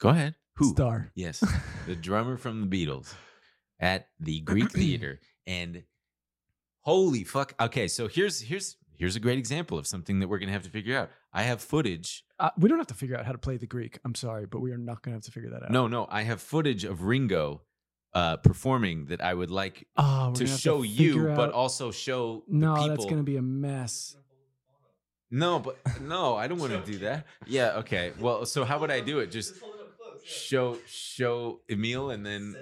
Speaker 1: Go ahead. Who?
Speaker 2: Star.
Speaker 1: Yes. The drummer from the Beatles at the Greek Theater. And holy fuck. Okay, so here's here's here's a great example of something that we're gonna have to figure out. I have footage.
Speaker 2: Uh, we don't have to figure out how to play the Greek. I'm sorry, but we are not going to have to figure that out.
Speaker 1: No, no, I have footage of Ringo uh performing that I would like
Speaker 2: Ah, we're
Speaker 1: to
Speaker 2: gonna have
Speaker 1: show
Speaker 2: figure
Speaker 1: you, but
Speaker 2: out-
Speaker 1: also show the
Speaker 2: no,
Speaker 1: people.
Speaker 2: that's going to be a mess.
Speaker 1: no, but no, I don't want to do that. Yeah, okay. Well, so how would I do it? Just show show Emil and then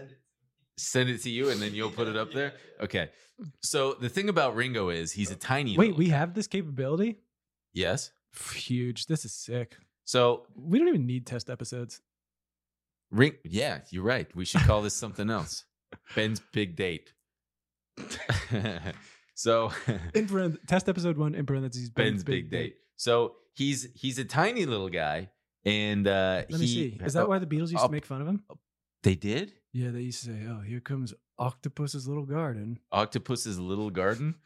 Speaker 1: send it to you, and then you'll put it up there. Okay. So the thing about Ringo is he's a tiny.
Speaker 2: Wait,
Speaker 1: little
Speaker 2: we
Speaker 1: guy.
Speaker 2: have this capability?
Speaker 1: yes.
Speaker 2: Huge. This is sick.
Speaker 1: So
Speaker 2: We don't even need test episodes.
Speaker 1: Ring. Yeah, you're right. We should call this something else. Ben's big date. so
Speaker 2: In paren- test episode one, in parentheses,
Speaker 1: Ben's big date. So he's he's a tiny little guy, and uh,
Speaker 2: Let
Speaker 1: he,
Speaker 2: me see. Is that why the Beatles used
Speaker 1: up-
Speaker 2: to make fun of him?
Speaker 1: they did?
Speaker 2: Yeah, they used to say, oh, here comes Octopus's Little Garden.
Speaker 1: Octopus's little garden.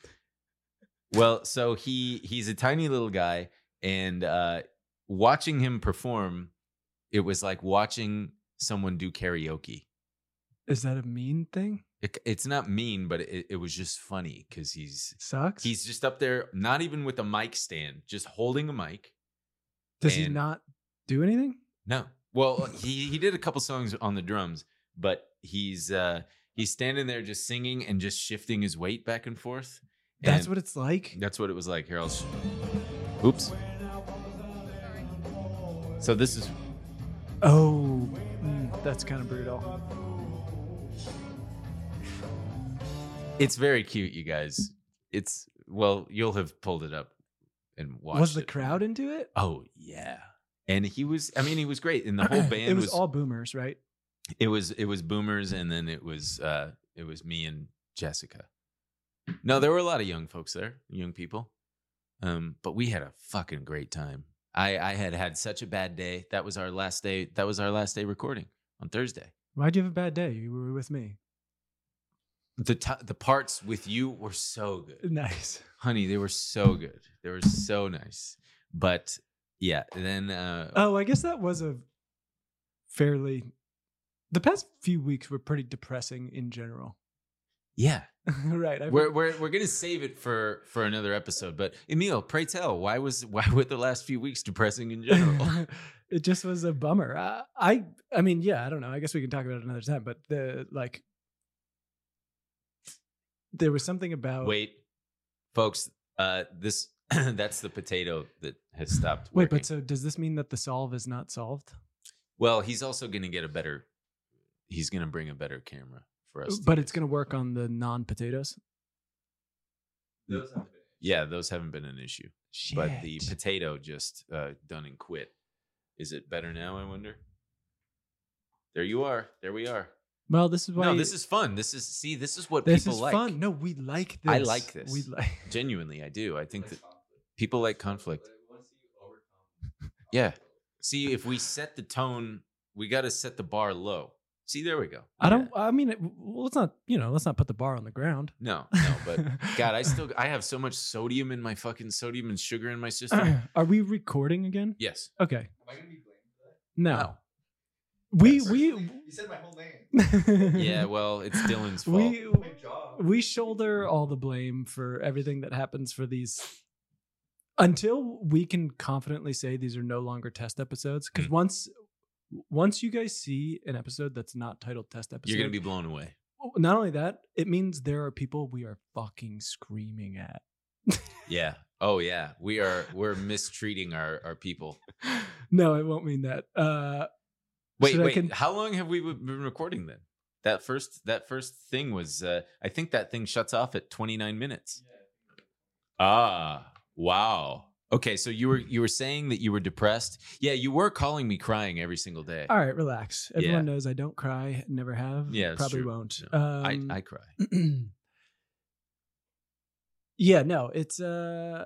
Speaker 1: well, so he he's a tiny little guy, and uh, watching him perform, it was like watching someone do karaoke.
Speaker 2: Is that a mean thing?
Speaker 1: It, it's not mean, but it, it was just funny because he's
Speaker 2: Sucks?
Speaker 1: he's just up there, not even with a mic stand, just holding a mic.
Speaker 2: Does he
Speaker 1: and-
Speaker 2: not do anything?
Speaker 1: No. Well, he he did a couple songs on the drums, but he's uh he's standing there just singing and just shifting his weight back and forth.
Speaker 2: That's
Speaker 1: And
Speaker 2: what it's like.
Speaker 1: that's what it was like. Here, I'll sh- Oops. So this is
Speaker 2: Oh, mm, that's kind of brutal.
Speaker 1: it's very cute, you guys. It's well, you'll have pulled it up and watched.
Speaker 2: Was the
Speaker 1: it.
Speaker 2: crowd into it?
Speaker 1: Oh yeah. And he was I mean, he was great. And the whole band
Speaker 2: it was,
Speaker 1: was
Speaker 2: all boomers, right?
Speaker 1: it was it was boomers and then it was uh it was me and jessica no there were a lot of young folks there young people um but we had a fucking great time i i had had such a bad day that was our last day that was our last day recording on thursday
Speaker 2: Why'd you have a bad day? You were with me.
Speaker 1: the t- the parts with you were so good
Speaker 2: Nice.
Speaker 1: honey they were so good they were so nice but yeah then uh
Speaker 2: Oh, I guess that was a fairly. The past few weeks were pretty depressing in general.
Speaker 1: yeah
Speaker 2: right. I
Speaker 1: we're, we're, we're gonna save it for for another episode but emil pray tell why was why were the last few weeks depressing in general
Speaker 2: it just was a bummer. Uh, I I mean, yeah, I don't know. I guess we can talk about it another time, but the like there was something about
Speaker 1: wait folks uh this that's the potato that has stopped
Speaker 2: Wait,
Speaker 1: working.
Speaker 2: but so does this mean that the solve is not solved?
Speaker 1: Well, he's also going to get a better. He's going to bring a better camera for us. to
Speaker 2: But
Speaker 1: use.
Speaker 2: it's going to work on the non potatoes.
Speaker 1: Those Yeah, those haven't been an issue. But the potato just uh, done and quit. Is it better now? I wonder. There you are. There we are.
Speaker 2: well, this is why
Speaker 1: no, this is fun. This is see. This is what
Speaker 2: this
Speaker 1: people
Speaker 2: is
Speaker 1: like.
Speaker 2: fun. No, we like this.
Speaker 1: I like this.
Speaker 2: We like.
Speaker 1: Genuinely, I do. I think that people like conflict. Yeah. See, if we set the tone, we got to set the bar low. See, there we go.
Speaker 2: I don't.
Speaker 1: Yeah.
Speaker 2: I mean, it, well, let's not. You know, let's not put the bar on the ground.
Speaker 1: No, no, but God, I still I have so much sodium in my fucking sodium and sugar in my system.
Speaker 2: Are we recording again?
Speaker 1: yes.
Speaker 2: Okay.
Speaker 3: Am I gonna be blamed for that?
Speaker 2: No.
Speaker 1: No.
Speaker 2: We
Speaker 3: Yes.
Speaker 2: we.
Speaker 3: You said my whole name.
Speaker 1: Yeah, well, it's Dylan's fault.
Speaker 2: we
Speaker 3: My job.
Speaker 2: we shoulder all the blame for everything that happens for these until we can confidently say these are no longer test episodes because
Speaker 1: Mm.
Speaker 2: once once you guys see an episode that's not titled test episode
Speaker 1: You're gonna be blown away.
Speaker 2: not only that it means there are people we are fucking screaming at
Speaker 1: Yeah. Oh yeah. We are we're mistreating our our people.
Speaker 2: no i won't mean that uh
Speaker 1: Wait,
Speaker 2: Should I
Speaker 1: wait.
Speaker 2: con-
Speaker 1: How long have we been recording then? That first that first thing was uh I think that thing shuts off at 29 minutes. Ah, wow. Okay, so you were you were saying that you were depressed. Yeah, you were calling me crying every single day.
Speaker 2: all right relax everyone knows i don't cry never have
Speaker 1: Yeah, it's
Speaker 2: probably
Speaker 1: true.
Speaker 2: won't
Speaker 1: No,
Speaker 2: Um,
Speaker 1: I I cry.
Speaker 2: yeah, no, it's uh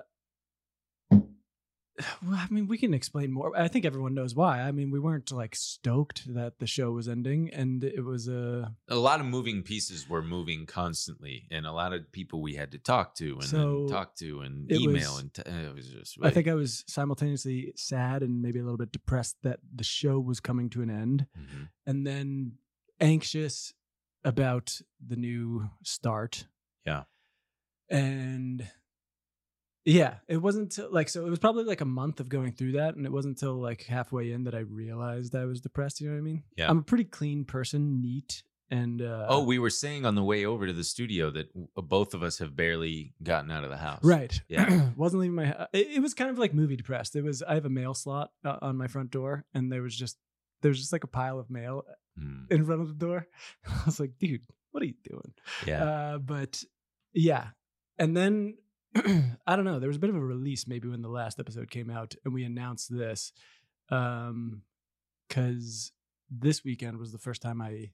Speaker 2: well, I mean, we can explain more. I think everyone knows why. I mean, we weren't like stoked that the show was ending and it was uh
Speaker 1: a lot of moving pieces were moving constantly, and a lot of people we had to talk to and
Speaker 2: So,
Speaker 1: then talk to and
Speaker 2: it
Speaker 1: email
Speaker 2: was-
Speaker 1: and t- uh, it was just.
Speaker 2: I think I was simultaneously sad and maybe a little bit depressed that the show was coming to an end
Speaker 1: Mhm.
Speaker 2: and then anxious about the new start.
Speaker 1: Yeah.
Speaker 2: And yeah, it wasn't till, like so it was probably like a month of going through that and it wasn't until like halfway in that I realized I was depressed, you know what I mean?
Speaker 1: Yeah.
Speaker 2: I'm a pretty clean person, neat and uh
Speaker 1: Oh, we were saying on the way over to the studio that w- both of us have barely gotten out of the house.
Speaker 2: Right.
Speaker 1: Yeah.
Speaker 2: wasn't leaving my. uh, It, it was kind of like movie depressed. It was. I have a mail slot uh, on my front door, and there was just there was just like a pile of mail
Speaker 1: Mm,
Speaker 2: in front of the door. I was like, dude, what are you doing?
Speaker 1: yeah.
Speaker 2: Uh, but yeah. And then I don't know, there was a bit of a release maybe when the last episode came out and we announced this. Um cuz this weekend was the first time I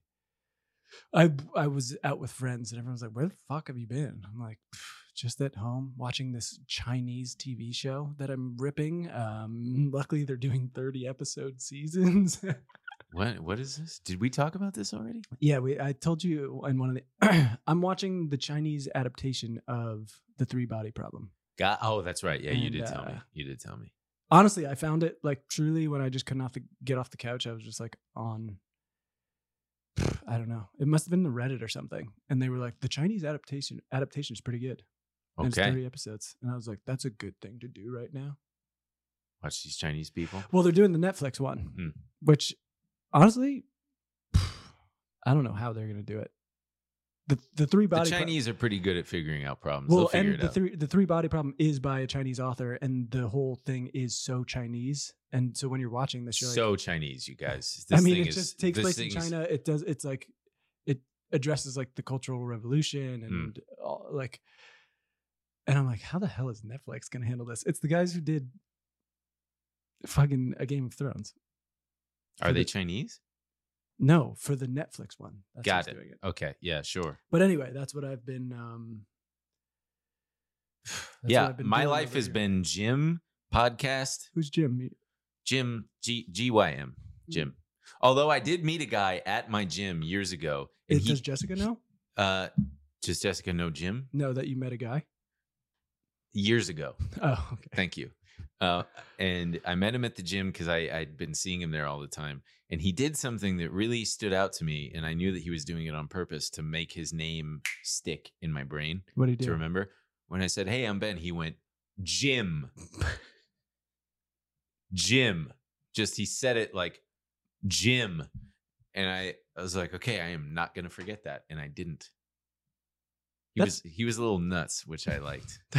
Speaker 2: I I was out with friends and everyone's like, "Where the fuck have you been?" I'm like, "Pff, just at home watching this Chinese TV show that I'm ripping. Um, luckily, they're doing 30 episode seasons.
Speaker 1: what What is this? Did we talk about this already?
Speaker 2: Yeah, we, I told you in one of the. I'm watching the Chinese adaptation of the Three Body Problem.
Speaker 1: God, oh, that's right. Yeah, you
Speaker 2: And,
Speaker 1: did tell me.
Speaker 2: uh,
Speaker 1: You did tell me.
Speaker 2: Honestly, I found it like truly when I just couldn't off the, get off the couch. I was just like on. I don't know. It must have been the Reddit or something, and they were like, "The Chinese adaptation adaptation is pretty good." And It's
Speaker 1: Okay.
Speaker 2: thirty episodes, and I was like, "That's a good thing to do right now."
Speaker 1: Watch these Chinese people.
Speaker 2: Well, they're doing the Netflix one,
Speaker 1: Hmm.
Speaker 2: which honestly, I don't know how they're gonna do it. The the three
Speaker 1: The
Speaker 2: body Pro-
Speaker 1: Chinese are pretty good at figuring out problems.
Speaker 2: Well,
Speaker 1: They'll figure
Speaker 2: and
Speaker 1: it
Speaker 2: the
Speaker 1: out.
Speaker 2: three the three body problem is by a Chinese author, and the whole thing is so Chinese. And so when you're watching this, you're like,
Speaker 1: so Chinese, you guys.
Speaker 2: I mean,
Speaker 1: thing
Speaker 2: it
Speaker 1: is-
Speaker 2: just takes
Speaker 1: this
Speaker 2: place in
Speaker 1: thing is-
Speaker 2: China. It does. It's like it addresses like the Cultural
Speaker 1: Hmm.
Speaker 2: Revolution and all, like. And I'm like, how the hell is Netflix going to handle this? It's the guys who did fucking a Game of Thrones.
Speaker 1: Are
Speaker 2: for
Speaker 1: they
Speaker 2: the-
Speaker 1: Chinese?
Speaker 2: No, for the Netflix one. That's
Speaker 1: Got
Speaker 2: who's
Speaker 1: it.
Speaker 2: doing it.
Speaker 1: Okay. Yeah. Sure.
Speaker 2: But anyway, that's what I've been. Um, that's what
Speaker 1: yeah,
Speaker 2: I've been
Speaker 1: my
Speaker 2: doing
Speaker 1: life
Speaker 2: over
Speaker 1: has
Speaker 2: here.
Speaker 1: been gym podcast,
Speaker 2: Who's Jim?
Speaker 1: gym G G Y M
Speaker 2: Mm.
Speaker 1: gym. Although I did meet a guy at my gym years ago, and
Speaker 2: It,
Speaker 1: he
Speaker 2: does Jessica know?
Speaker 1: uh, does Jessica know Jim
Speaker 2: No, that you met a guy.
Speaker 1: years ago?
Speaker 2: Oh, okay.
Speaker 1: Thank you. Uh, and I met him at the gym because I I'd been seeing him there all the time, and he did something that really stood out to me, and I knew that he was doing it on purpose to make his name stick in my brain.
Speaker 2: What do you do?
Speaker 1: to remember. When I said, "Hey, I'm Ben," he went, "Jim, Jim." Just he said it like Jim, and I, I was like, "Okay, I am not gonna forget that," and I didn't. He
Speaker 2: That's-
Speaker 1: was he was a little nuts, which I liked.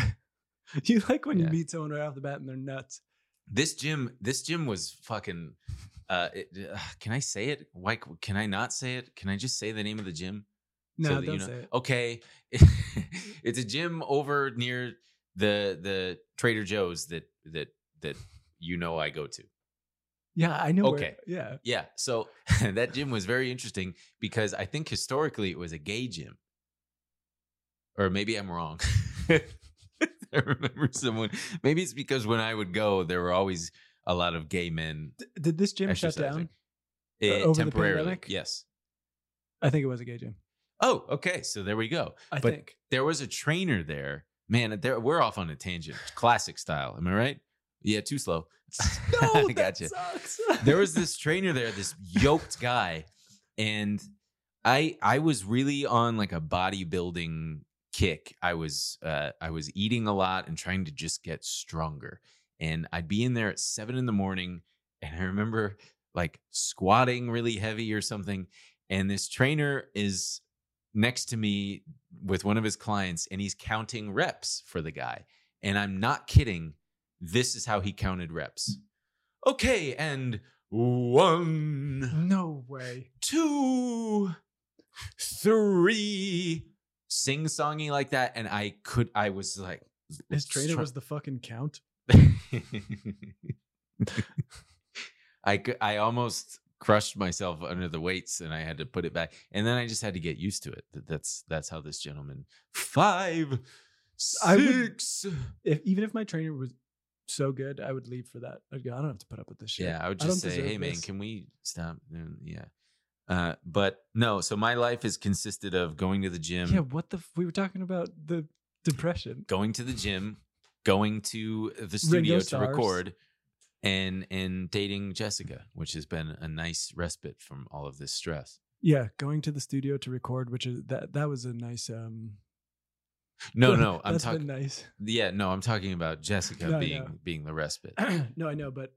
Speaker 2: You like when
Speaker 1: Yeah.
Speaker 2: you meet someone right off the bat and they're nuts.
Speaker 1: this gym, this gym was fucking. Uh, it, uh, can I say it? Why c- can I not say it? Can I just say the name of the gym?
Speaker 2: No,
Speaker 1: so that you
Speaker 2: don't
Speaker 1: know-
Speaker 2: say it.
Speaker 1: Okay, it's a gym over near the the Trader Joe's that that that you know I go to.
Speaker 2: Yeah, I know. where-
Speaker 1: Okay.
Speaker 2: yeah.
Speaker 1: Yeah, so that gym was very interesting because I think historically it was a gay gym, or maybe I'm wrong. I remember someone. Maybe it's because when I would go, there were always a lot of gay men
Speaker 2: D- did this gym shut
Speaker 1: exercising.
Speaker 2: down?
Speaker 1: Uh,
Speaker 2: over the
Speaker 1: temporarily,
Speaker 2: pandemic?
Speaker 1: yes.
Speaker 2: I think it was a gay gym.
Speaker 1: Oh, okay. So there we go.
Speaker 2: I
Speaker 1: But-
Speaker 2: think.
Speaker 1: There was a trainer there. Man, there we're off on a tangent. Classic style. Am I right? Yeah, too slow.
Speaker 2: No,
Speaker 1: I
Speaker 2: that
Speaker 1: gotcha.
Speaker 2: sucks.
Speaker 1: there was this trainer there, this yoked guy, and I I was really on like a bodybuilding kick. I was uh, I was eating a lot and trying to just get stronger. And I'd be in there at seven in the morning, and I remember like squatting really heavy or something. And this trainer is next to me with one of his clients, and he's counting reps for the guy. And I'm not kidding. This is how he counted reps. Okay, and one,
Speaker 2: no way.
Speaker 1: two, three, sing songy like that. And I could, I was like,
Speaker 2: His trainer
Speaker 1: str-
Speaker 2: was the fucking count.
Speaker 1: I, cou- I almost crushed myself under the weights and I had to put it back. And then I just had to get used to it. That- That's, that's how this gentleman, five,
Speaker 2: I would-
Speaker 1: six.
Speaker 2: If even if my trainer was so good, I would leave for that. I'd go. I don't have to put up with this shit.
Speaker 1: Yeah, I would
Speaker 2: I
Speaker 1: just
Speaker 2: don't
Speaker 1: say,
Speaker 2: deserve
Speaker 1: hey man,
Speaker 2: this."
Speaker 1: can we stop? Mm, Yeah. Uh, but no, so my life has consisted of going to the gym,
Speaker 2: yeah. What the? F- we were talking about the depression.
Speaker 1: going to the gym, going to the studio to
Speaker 2: Starr's.
Speaker 1: record, and and dating Jessica, which has been a nice respite from all of this stress.
Speaker 2: Yeah, going to the studio to record, which is that that was a nice. um
Speaker 1: No, no, I'm
Speaker 2: that's
Speaker 1: talking.
Speaker 2: been nice.
Speaker 1: Yeah, no, I'm talking about Jessica
Speaker 2: No, I
Speaker 1: being
Speaker 2: know.
Speaker 1: being the respite.
Speaker 2: no, I know, but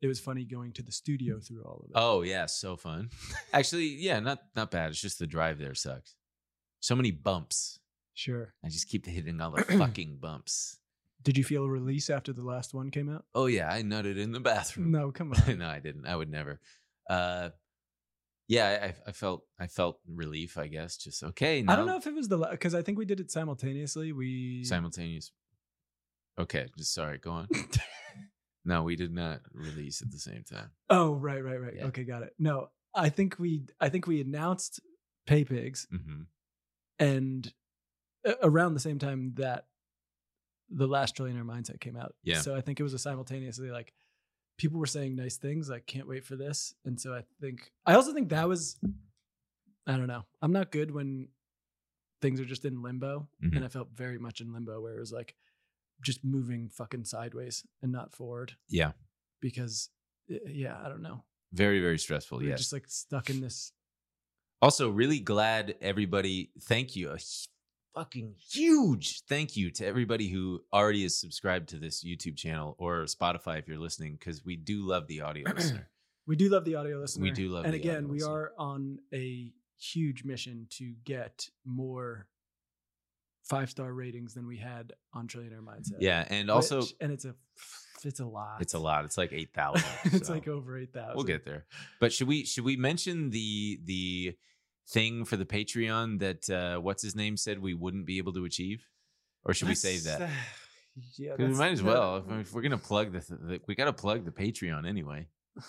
Speaker 2: it was funny going to the studio through all of it.
Speaker 1: Oh yeah, so fun. Actually, yeah, not not bad. It's just the drive there sucks. So many bumps.
Speaker 2: sure.
Speaker 1: I just keep hitting all the fucking bumps.
Speaker 2: Did you feel a release after the last one came out?
Speaker 1: Oh yeah, I nutted in the bathroom.
Speaker 2: No, come on.
Speaker 1: Hmm. no, I didn't. I would never. Uh, yeah, I- I, I felt I felt relief. I guess just okay. Now,
Speaker 2: I don't know if it was the because I think we did it simultaneously. We
Speaker 1: simultaneous. Okay, just sorry. Go on. no, we did not release at the same time.
Speaker 2: oh right right right
Speaker 1: Yeah.
Speaker 2: okay got it. No, I think we I think we announced Pay Pigs
Speaker 1: hmm
Speaker 2: and a- around the same time that the last trillionaire mindset came out.
Speaker 1: Yeah.
Speaker 2: So I think it was a simultaneously like people were saying nice things like can't wait for this. And so I think I also think that was I don't know. I'm not good when things are just in limbo.
Speaker 1: Mhm.
Speaker 2: And I felt very much in limbo where it was like just moving fucking sideways and not forward
Speaker 1: Yeah,
Speaker 2: because eh, yeah, I don't know.
Speaker 1: very very stressful.
Speaker 2: We We're
Speaker 1: Yes.
Speaker 2: just like stuck in this
Speaker 1: Also, really glad everybody. Thank you. A hu- fucking huge thank you to everybody who already is subscribed to this YouTube channel or Spotify if you're listening, because we do love the audio listener.
Speaker 2: We do love the audio listener.
Speaker 1: do love
Speaker 2: And
Speaker 1: the audio
Speaker 2: again, we
Speaker 1: listener.
Speaker 2: are on a huge mission to get more five star ratings than we had on Trillionaire Mindset.
Speaker 1: Yeah, and also
Speaker 2: Which- and it's a it's a lot.
Speaker 1: it's a lot. It's like eight thousand.
Speaker 2: it's like over eight thousand.
Speaker 1: we'll get there. But should we should we mention the the thing for the Patreon that uh, what's his name said we wouldn't be able to achieve, or should we save that?
Speaker 2: yeah,
Speaker 1: 'Cause we
Speaker 2: that's-
Speaker 1: might as
Speaker 2: that-
Speaker 1: well. If, if we're gonna plug the, the we gotta plug the Patreon anyway.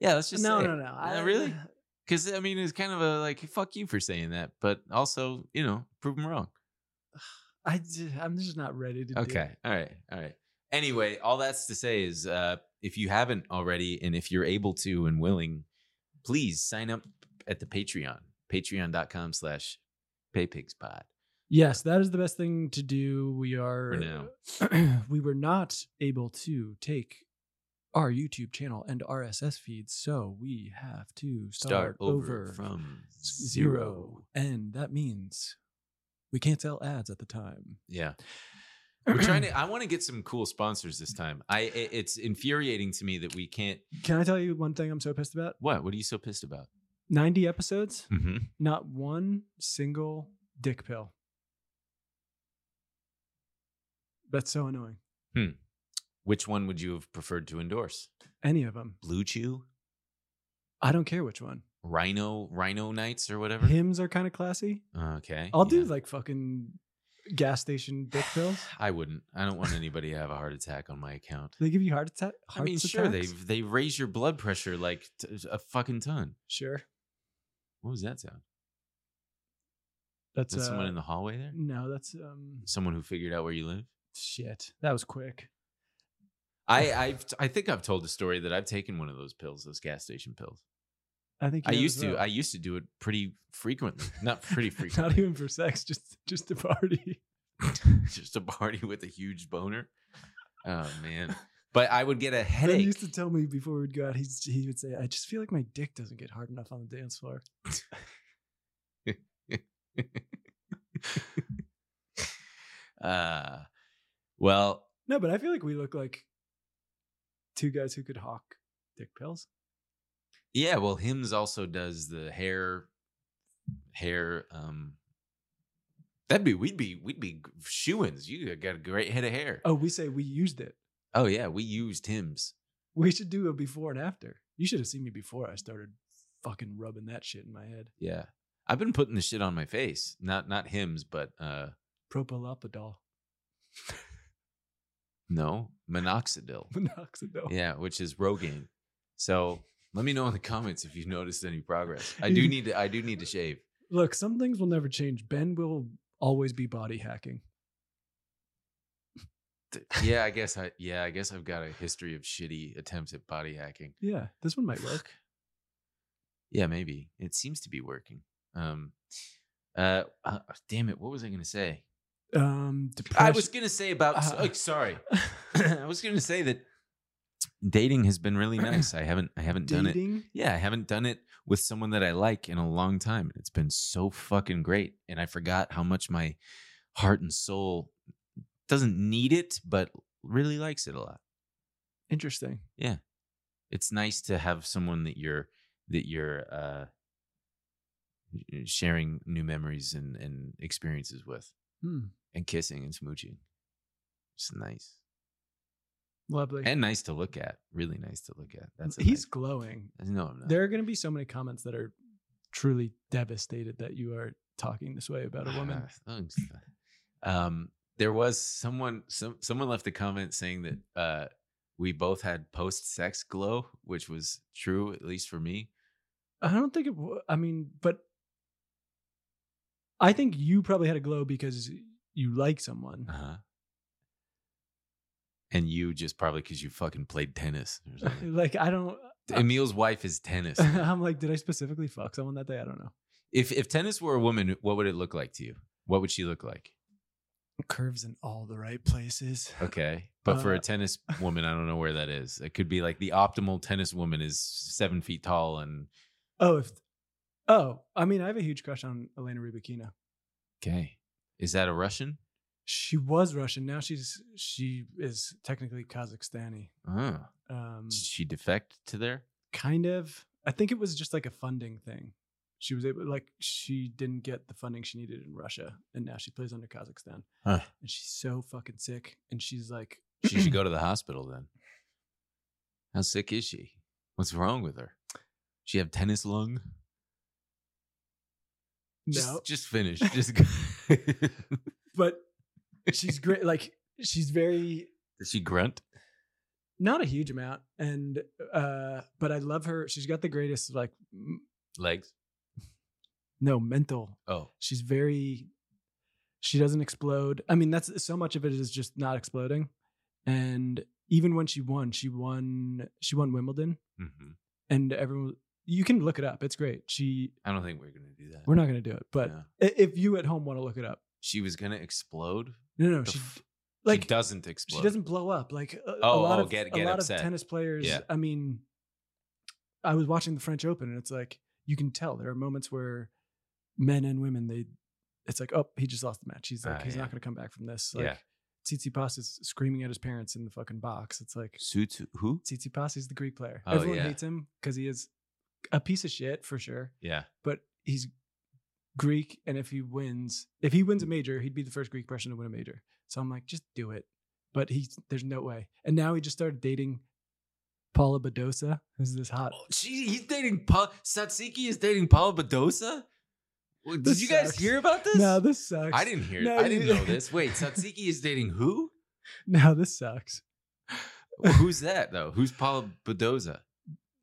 Speaker 1: Yeah, let's just
Speaker 2: no,
Speaker 1: say
Speaker 2: no, no. I,
Speaker 1: really? because I mean it's kind of a like fuck you for saying that, but also you know prove them wrong.
Speaker 2: I, d- I'm just not ready to. do
Speaker 1: Okay.
Speaker 2: it.
Speaker 1: All right. All right. Anyway, all that's to say is uh, if you haven't already, and if you're able to and willing, please sign up at the Patreon, patreon.com slash paypigspod
Speaker 2: Yes, that is the best thing to do. We are
Speaker 1: for now.
Speaker 2: we were not able to take our YouTube channel and RSS feeds, so we have to
Speaker 1: Start
Speaker 2: start,
Speaker 1: over,
Speaker 2: over
Speaker 1: from
Speaker 2: zero. And that means we can't sell ads at the time.
Speaker 1: Yeah. We're trying to. I want to get some cool sponsors this time. I. i- It's infuriating to me that we can't.
Speaker 2: Can I tell you one thing I'm so pissed about?
Speaker 1: What? What are you so pissed about?
Speaker 2: 90 episodes,
Speaker 1: Mm-hmm.
Speaker 2: not one single dick pill. That's so annoying.
Speaker 1: Which one would you have preferred to endorse?
Speaker 2: Any of them.
Speaker 1: Blue Chew.
Speaker 2: I don't care which one.
Speaker 1: Rhino Rhino Nights or whatever.
Speaker 2: Hymns are kind of classy.
Speaker 1: Okay,
Speaker 2: I'll
Speaker 1: yeah.
Speaker 2: do like fucking gas station dick pills.
Speaker 1: I wouldn't. I don't want anybody to have a heart attack on my account.
Speaker 2: They give you heart attack.
Speaker 1: I mean,
Speaker 2: hearts
Speaker 1: sure they
Speaker 2: attacks?
Speaker 1: they raise your blood pressure like t- a fucking ton.
Speaker 2: sure.
Speaker 1: What was that sound?
Speaker 2: That's
Speaker 1: Is that someone
Speaker 2: uh,
Speaker 1: in the hallway there?
Speaker 2: No, that's um
Speaker 1: Someone who figured out where you live?
Speaker 2: shit. That was quick.
Speaker 1: I I've, I think I've told the story that I've taken one of those pills, those gas station pills.
Speaker 2: I think
Speaker 1: I
Speaker 2: you have
Speaker 1: used
Speaker 2: as
Speaker 1: to.
Speaker 2: well.
Speaker 1: I used to do it pretty frequently. Not pretty
Speaker 2: Not
Speaker 1: frequently.
Speaker 2: even for sex, just just to party.
Speaker 1: just a party with a huge boner. Oh man. But I would get a
Speaker 2: Ben
Speaker 1: headache.
Speaker 2: used to tell me before we'd go out, he he would say, "I just feel like my dick doesn't get hard enough on the dance floor."
Speaker 1: uh well,
Speaker 2: No, but I feel like we look like two guys who could hawk dick pills.
Speaker 1: yeah, well Hims also does the hair hair um That'd be we'd be we'd be shoo-ins. You got a great head of hair.
Speaker 2: Oh, we say we used it.
Speaker 1: oh yeah, we used Hims.
Speaker 2: We should do a before and after. You should have seen me before I started fucking rubbing that shit in my head.
Speaker 1: Yeah. I've been putting the shit on my face. Not not Hims, but uh
Speaker 2: Propylopidol,
Speaker 1: no, minoxidil.
Speaker 2: minoxidil.
Speaker 1: Yeah, which is Rogaine. So let me know in the comments if you noticed any progress. I do need to. I do need to shave.
Speaker 2: Look, some things will never change. Ben will always be body hacking.
Speaker 1: Yeah, I guess. I yeah, I guess I've got a history of shitty attempts at body hacking.
Speaker 2: Yeah, this one might work.
Speaker 1: Yeah, maybe it seems to be working. Um, uh, uh, damn it, what was I gonna say?
Speaker 2: Um, depression.
Speaker 1: I was gonna say about.
Speaker 2: Uh,
Speaker 1: oh, sorry, I was gonna say that dating has been really nice. I haven't. I haven't done it.
Speaker 2: dating.
Speaker 1: Yeah, I haven't done it with someone that I like in a long time. It's been so fucking great. And I forgot how much my heart and soul doesn't need it, but really likes it a lot.
Speaker 2: Interesting.
Speaker 1: It's nice to have someone that you're that you're uh sharing new memories and, and experiences with
Speaker 2: Hmm.
Speaker 1: and kissing and smooching. It's nice.
Speaker 2: Lovely. Mm,
Speaker 1: And nice to look at. Really nice to look at. That's a
Speaker 2: he's glowing.
Speaker 1: nice- no I'm not.
Speaker 2: There are going to be so many comments that are truly devastated that you are talking this way about a woman.
Speaker 1: Ah, thanks. um, there was someone. Some someone left a comment saying that uh, we both had post-sex glow, which was true, at least for me.
Speaker 2: I don't think it. wa- I mean, but I think you probably had a glow because you like someone.
Speaker 1: Uh-huh. And you just probably because you fucking played tennis. Or something.
Speaker 2: like I don't.
Speaker 1: Emil's wife is tennis.
Speaker 2: I'm like, did I specifically fuck someone that day? I don't know.
Speaker 1: if if tennis were a woman, what would it look like to you? What would she look like?
Speaker 2: Curves in all the right places.
Speaker 1: Okay, but for
Speaker 2: Uh,
Speaker 1: a tennis woman, I don't know where that is. It could be like the optimal tennis woman is seven feet tall and
Speaker 2: Oh, if oh, I mean, I have a huge crush on Elena Rybakina.
Speaker 1: okay. Is that a Russian?
Speaker 2: She was Russian. Now she's she is technically Kazakhstani.
Speaker 1: Oh.
Speaker 2: Um,
Speaker 1: Did she defect to there?
Speaker 2: kind of i think it was just like a funding thing she was able like she didn't get the funding she needed in russia and now she plays under kazakhstan
Speaker 1: Huh.
Speaker 2: and she's so fucking sick and she's like
Speaker 1: She should go to the hospital then. How sick is she? What's wrong with her? She have tennis lung?
Speaker 2: no
Speaker 1: Just, just finish. Just go. Does
Speaker 2: but she's great like she's very
Speaker 1: she grunt?
Speaker 2: not a huge amount and uh but i love her she's got the greatest like m-
Speaker 1: Legs?
Speaker 2: no mental
Speaker 1: Oh.
Speaker 2: she's very she doesn't explode i mean that's so much of it is just not exploding and even when she won she won she won wimbledon
Speaker 1: hmm
Speaker 2: and everyone you can look it up it's great she
Speaker 1: I don't think we're going to do that.
Speaker 2: we're not going to do it but
Speaker 1: No.
Speaker 2: i if you at home want to look it up
Speaker 1: She was going to explode?
Speaker 2: no no
Speaker 1: The
Speaker 2: she
Speaker 1: f-
Speaker 2: like
Speaker 1: she doesn't explode.
Speaker 2: she doesn't blow up like a, a
Speaker 1: Oh,
Speaker 2: lot
Speaker 1: oh,
Speaker 2: of
Speaker 1: get-
Speaker 2: a
Speaker 1: get
Speaker 2: lot
Speaker 1: upset.
Speaker 2: of tennis players
Speaker 1: Yeah.
Speaker 2: i mean i was watching the french open and it's like you can tell there are moments where men and women they it's like oh he just lost the match he's like
Speaker 1: Ah,
Speaker 2: he's
Speaker 1: yeah.
Speaker 2: not going to come back from this like
Speaker 1: Yeah.
Speaker 2: Tsitsipas is screaming at his parents in the fucking box it's like
Speaker 1: Suit who?
Speaker 2: Tsitsipas is the greek player
Speaker 1: Oh,
Speaker 2: everyone
Speaker 1: yeah.
Speaker 2: hates him cuz he is a piece of shit for sure
Speaker 1: Yeah.
Speaker 2: but he's Greek, and if he wins, if he wins a major, he'd be the first Greek person to win a major. So I'm like, just do it. But he's there's no way. And now he just started dating Paula Bedosa, who's this hot.
Speaker 1: Oh, gee, he's dating Paul. Satsiki is dating Paul Bedosa. Well, Did
Speaker 2: This
Speaker 1: you guys
Speaker 2: sucks.
Speaker 1: hear about this?
Speaker 2: No, this sucks.
Speaker 1: I didn't hear.
Speaker 2: No,
Speaker 1: I didn't
Speaker 2: you-
Speaker 1: know this. Wait, Satsiki is dating who?
Speaker 2: No, this sucks.
Speaker 1: Well, who's that though? Who's Paula Bedosa?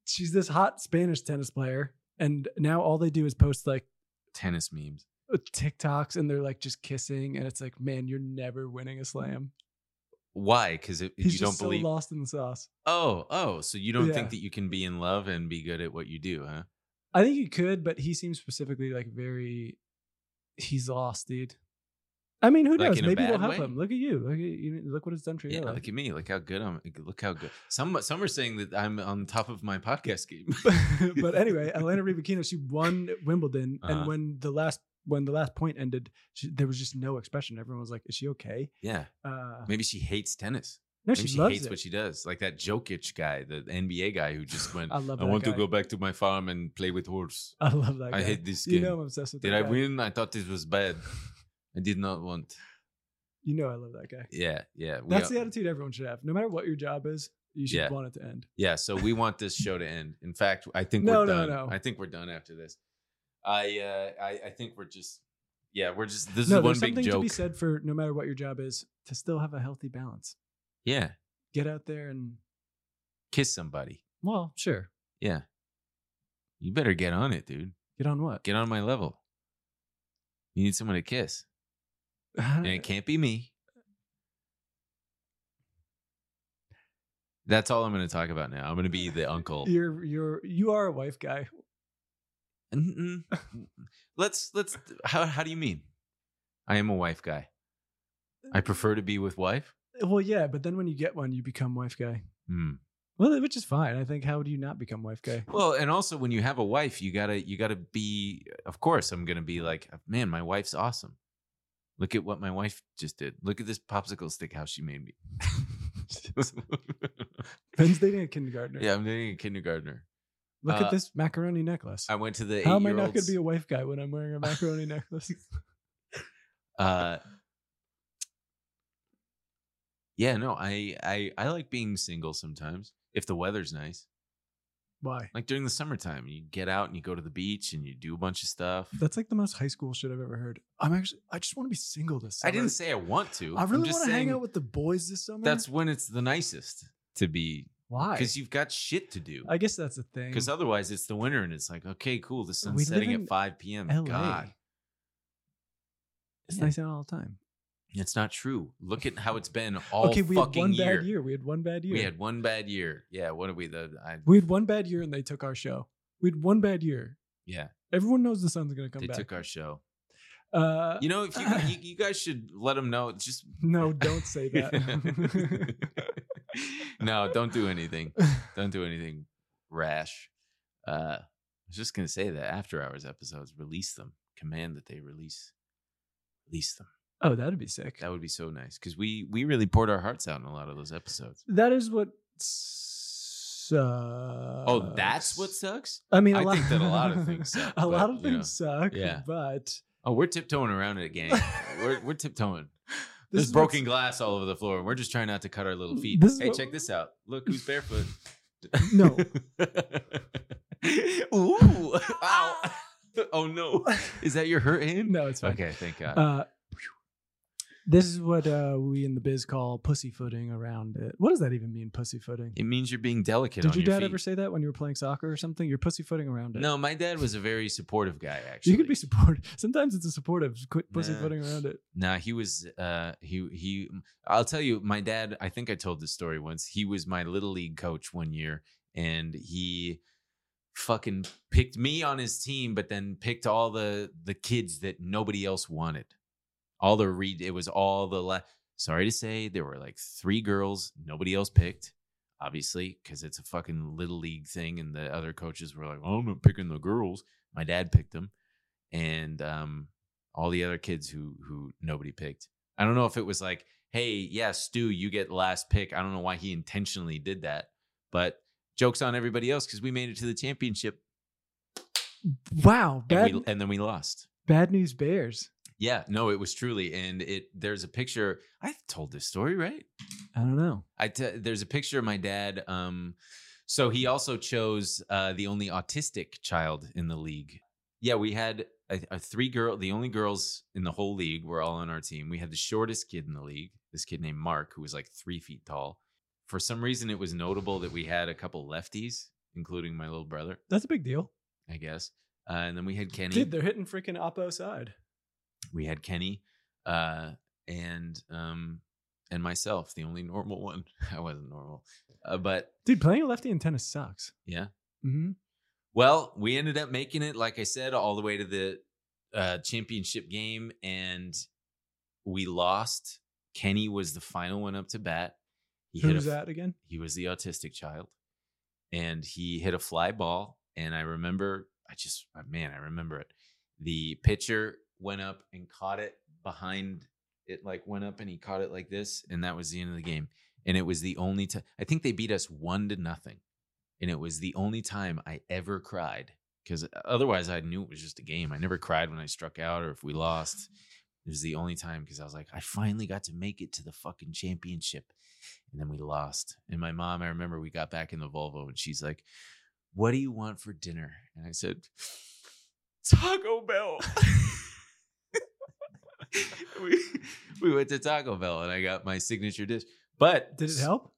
Speaker 2: She's this hot Spanish tennis player, and now all they do is post like uh,
Speaker 1: Tennis memes.
Speaker 2: TikToks, and they're like just kissing, and it's like, man, you're never winning a slam.
Speaker 1: Why? Because if
Speaker 2: He's
Speaker 1: you
Speaker 2: just
Speaker 1: don't
Speaker 2: so
Speaker 1: believe.
Speaker 2: lost in the sauce.
Speaker 1: oh, oh, so you don't
Speaker 2: Yeah.
Speaker 1: think that you can be in love and be good at what you do, huh?
Speaker 2: I think you could, but he seems specifically like very. He's lost, dude. I mean, who
Speaker 1: Like,
Speaker 2: knows?
Speaker 1: in a
Speaker 2: Maybe it'll
Speaker 1: bad
Speaker 2: help
Speaker 1: way?
Speaker 2: him. Look at you. Look at you. Look what it's done for you.
Speaker 1: Yeah, look at me. Look how good I'm. Look how good. Some some are saying that I'm on top of my podcast game.
Speaker 2: but anyway, Elena Rybakina, she won Wimbledon,
Speaker 1: Uh-huh.
Speaker 2: and when the last when the last point ended, she, there was just no expression. Everyone was like, "Is she okay?"
Speaker 1: yeah,
Speaker 2: Uh,
Speaker 1: maybe she hates tennis.
Speaker 2: no,
Speaker 1: Maybe
Speaker 2: she,
Speaker 1: she,
Speaker 2: loves
Speaker 1: hates
Speaker 2: it.
Speaker 1: what she does. Like that Jokic guy, the NBA guy who just went.
Speaker 2: I love.
Speaker 1: I
Speaker 2: That
Speaker 1: want
Speaker 2: guy.
Speaker 1: to go back to my farm and play with horse.
Speaker 2: I love that. Guy.
Speaker 1: I hate this game.
Speaker 2: You know, I'm obsessed with.
Speaker 1: Did
Speaker 2: that
Speaker 1: I
Speaker 2: guy.
Speaker 1: win? I thought this was bad. I did not want.
Speaker 2: You know, I love that guy.
Speaker 1: Yeah, yeah. We
Speaker 2: That's
Speaker 1: are-
Speaker 2: the attitude everyone should have. No matter what your job is, you should
Speaker 1: Yeah.
Speaker 2: want it to end.
Speaker 1: yeah, so we want this show to end. In fact, I think
Speaker 2: No,
Speaker 1: we're
Speaker 2: no,
Speaker 1: done.
Speaker 2: no.
Speaker 1: I think we're done after this. I, uh, I I think we're just yeah, we're just this
Speaker 2: no,
Speaker 1: is one
Speaker 2: there's
Speaker 1: big
Speaker 2: something to
Speaker 1: joke.
Speaker 2: be said for no matter what your job is, to still have a healthy balance.
Speaker 1: yeah,
Speaker 2: Get out there and
Speaker 1: kiss somebody.
Speaker 2: well, sure.
Speaker 1: Yeah. You better get on it, dude.
Speaker 2: Get on what?
Speaker 1: Get on my level. You need someone to kiss. And it can't be me. That's all I'm going to talk about now. I'm going to be the uncle.
Speaker 2: you're you're you are a wife guy.
Speaker 1: Mm-mm. let's let's how how do you mean? I am a wife guy. I prefer to be with wife.
Speaker 2: Well, yeah, but then when you get one, you become wife guy.
Speaker 1: Hmm.
Speaker 2: Well, which is fine. I think how do you not become wife guy?
Speaker 1: Well, and also when you have a wife, you gotta you gotta be. Of course, I'm gonna be like, man, my wife's awesome. Look at what my wife just did. Look at this popsicle stick how she made me.
Speaker 2: Ben's dating a kindergartner.
Speaker 1: yeah, I'm dating a kindergartner.
Speaker 2: Look
Speaker 1: uh,
Speaker 2: at this macaroni necklace.
Speaker 1: I went to the
Speaker 2: how am I
Speaker 1: eight-year-olds.
Speaker 2: not going to be a wife guy when I'm wearing a macaroni necklace?
Speaker 1: uh yeah no I, I i like being single sometimes if the weather's nice
Speaker 2: Why?
Speaker 1: like during the summertime you get out and you go to the beach and you do a bunch of stuff
Speaker 2: That's like the most high school shit I've ever heard. I'm actually I just want to be single this summer.
Speaker 1: i didn't say i want to
Speaker 2: I
Speaker 1: I'm
Speaker 2: really
Speaker 1: just
Speaker 2: want to hang
Speaker 1: saying
Speaker 2: out with the boys this summer.
Speaker 1: that's when it's the nicest to be
Speaker 2: why.
Speaker 1: because you've got shit to do
Speaker 2: I guess that's the thing.
Speaker 1: because otherwise it's the winter and it's like okay cool the sun's
Speaker 2: We live
Speaker 1: setting
Speaker 2: in
Speaker 1: at 5 p.m
Speaker 2: LA.
Speaker 1: god
Speaker 2: It's
Speaker 1: Yeah.
Speaker 2: nice out all the time.
Speaker 1: it's not true look at how it's been all
Speaker 2: okay, we had
Speaker 1: fucking
Speaker 2: one
Speaker 1: year.
Speaker 2: bad year. We had one bad year.
Speaker 1: we had one bad year yeah what are we the I,
Speaker 2: We had one bad year and they took our show. We had one bad year.
Speaker 1: yeah
Speaker 2: Everyone knows the sun's going to come
Speaker 1: they
Speaker 2: back.
Speaker 1: took our show
Speaker 2: uh,
Speaker 1: You know, if you, you you guys should let them know. Just
Speaker 2: no, don't say that.
Speaker 1: no, don't do anything. Don't do anything rash. Uh, I was just gonna say that after hours episodes, release them. Command that they release, release them.
Speaker 2: oh, that'd be sick.
Speaker 1: That would be so nice because we we really poured our hearts out in a lot of those episodes.
Speaker 2: That is what. Sucks.
Speaker 1: Oh, that's what sucks.
Speaker 2: I mean, a
Speaker 1: I
Speaker 2: lot,
Speaker 1: think that a lot of things
Speaker 2: a
Speaker 1: suck,
Speaker 2: lot
Speaker 1: but,
Speaker 2: of
Speaker 1: you know,
Speaker 2: things suck.
Speaker 1: yeah.
Speaker 2: but
Speaker 1: Oh, we're tiptoeing around it again. we're we're tiptoeing.
Speaker 2: this
Speaker 1: There's
Speaker 2: is
Speaker 1: broken glass all over the floor, and we're just trying not to cut our little feet.
Speaker 2: This is
Speaker 1: hey,
Speaker 2: what-
Speaker 1: check this out. Look who's barefoot.
Speaker 2: No.
Speaker 1: Ooh. Ow. Oh no. Is that your hurt hand?
Speaker 2: what's- No, it's fine.
Speaker 1: Okay, thank God.
Speaker 2: Uh, this is what uh, we in the biz call pussyfooting around it. What does that even mean, pussyfooting?
Speaker 1: it means you're being delicate.
Speaker 2: Did
Speaker 1: on
Speaker 2: your
Speaker 1: your
Speaker 2: dad
Speaker 1: feet.
Speaker 2: ever say that when you were playing soccer or something? You're pussyfooting around it.
Speaker 1: No, my dad was a very supportive guy. Actually,
Speaker 2: You could be supportive. Sometimes it's a supportive. Quit
Speaker 1: Nah.
Speaker 2: pussyfooting around it.
Speaker 1: Nah, he was. Uh, he he. I'll tell you, my dad. I think I told this story once. He was my little league coach one year, and he fucking picked me on his team, but then picked all the the kids that nobody else wanted. All the read. It was all the. La- Sorry to say, there were like three girls nobody else picked. Obviously, because it's a fucking little league thing, and the other coaches were like, "Oh, I'm not picking the girls." My dad picked them, and um, all the other kids who who nobody picked. I don't know if it was like, hey, yeah, Stu, you get last pick. I don't know why he intentionally did that, but jokes on everybody else because we made it to the championship
Speaker 2: Wow, bad,
Speaker 1: and, we, and then we lost.
Speaker 2: bad news bears.
Speaker 1: Yeah, no, it was truly, and it there's a picture. I told this story right.
Speaker 2: I don't know.
Speaker 1: I t- there's a picture of my dad. Um, So he also chose uh, the only autistic child in the league. Yeah, we had a, a three girl. The only girls in the whole league were all on our team. We had the shortest kid in the league. This kid named Mark, who was like three feet tall. For some reason, it was notable that we had a couple lefties, including my little brother,
Speaker 2: That's a big deal.
Speaker 1: I guess. Uh, and then we had Kenny.
Speaker 2: Dude, they're hitting freaking oppo side.
Speaker 1: we had Kenny, uh, and um, and myself, the only normal one. I wasn't normal, uh, but
Speaker 2: Dude, playing a lefty in tennis sucks.
Speaker 1: yeah.
Speaker 2: Mm-hmm.
Speaker 1: Well, we ended up making it, like I said, all the way to the uh, championship game, and we lost. Kenny was the final one up to bat. He
Speaker 2: Who's
Speaker 1: a,
Speaker 2: that again?
Speaker 1: He was the autistic child, and he hit a fly ball. And I remember, I just uh, man, I remember it. The pitcher went up and caught it behind. It like went up and he caught it like this, and that was the end of the game. And it was the only time I think they beat us one to nothing, and it was the only time I ever cried because otherwise I knew it was just a game. I never cried when I struck out or if we lost. It was the only time because I was like, I finally got to make it to the fucking championship and then we lost. And my mom, I remember we got back in the Volvo and she's like, What do you want for dinner? And I said, Taco Bell. we, we went to Taco Bell and I got my signature dish. But
Speaker 2: Did it help?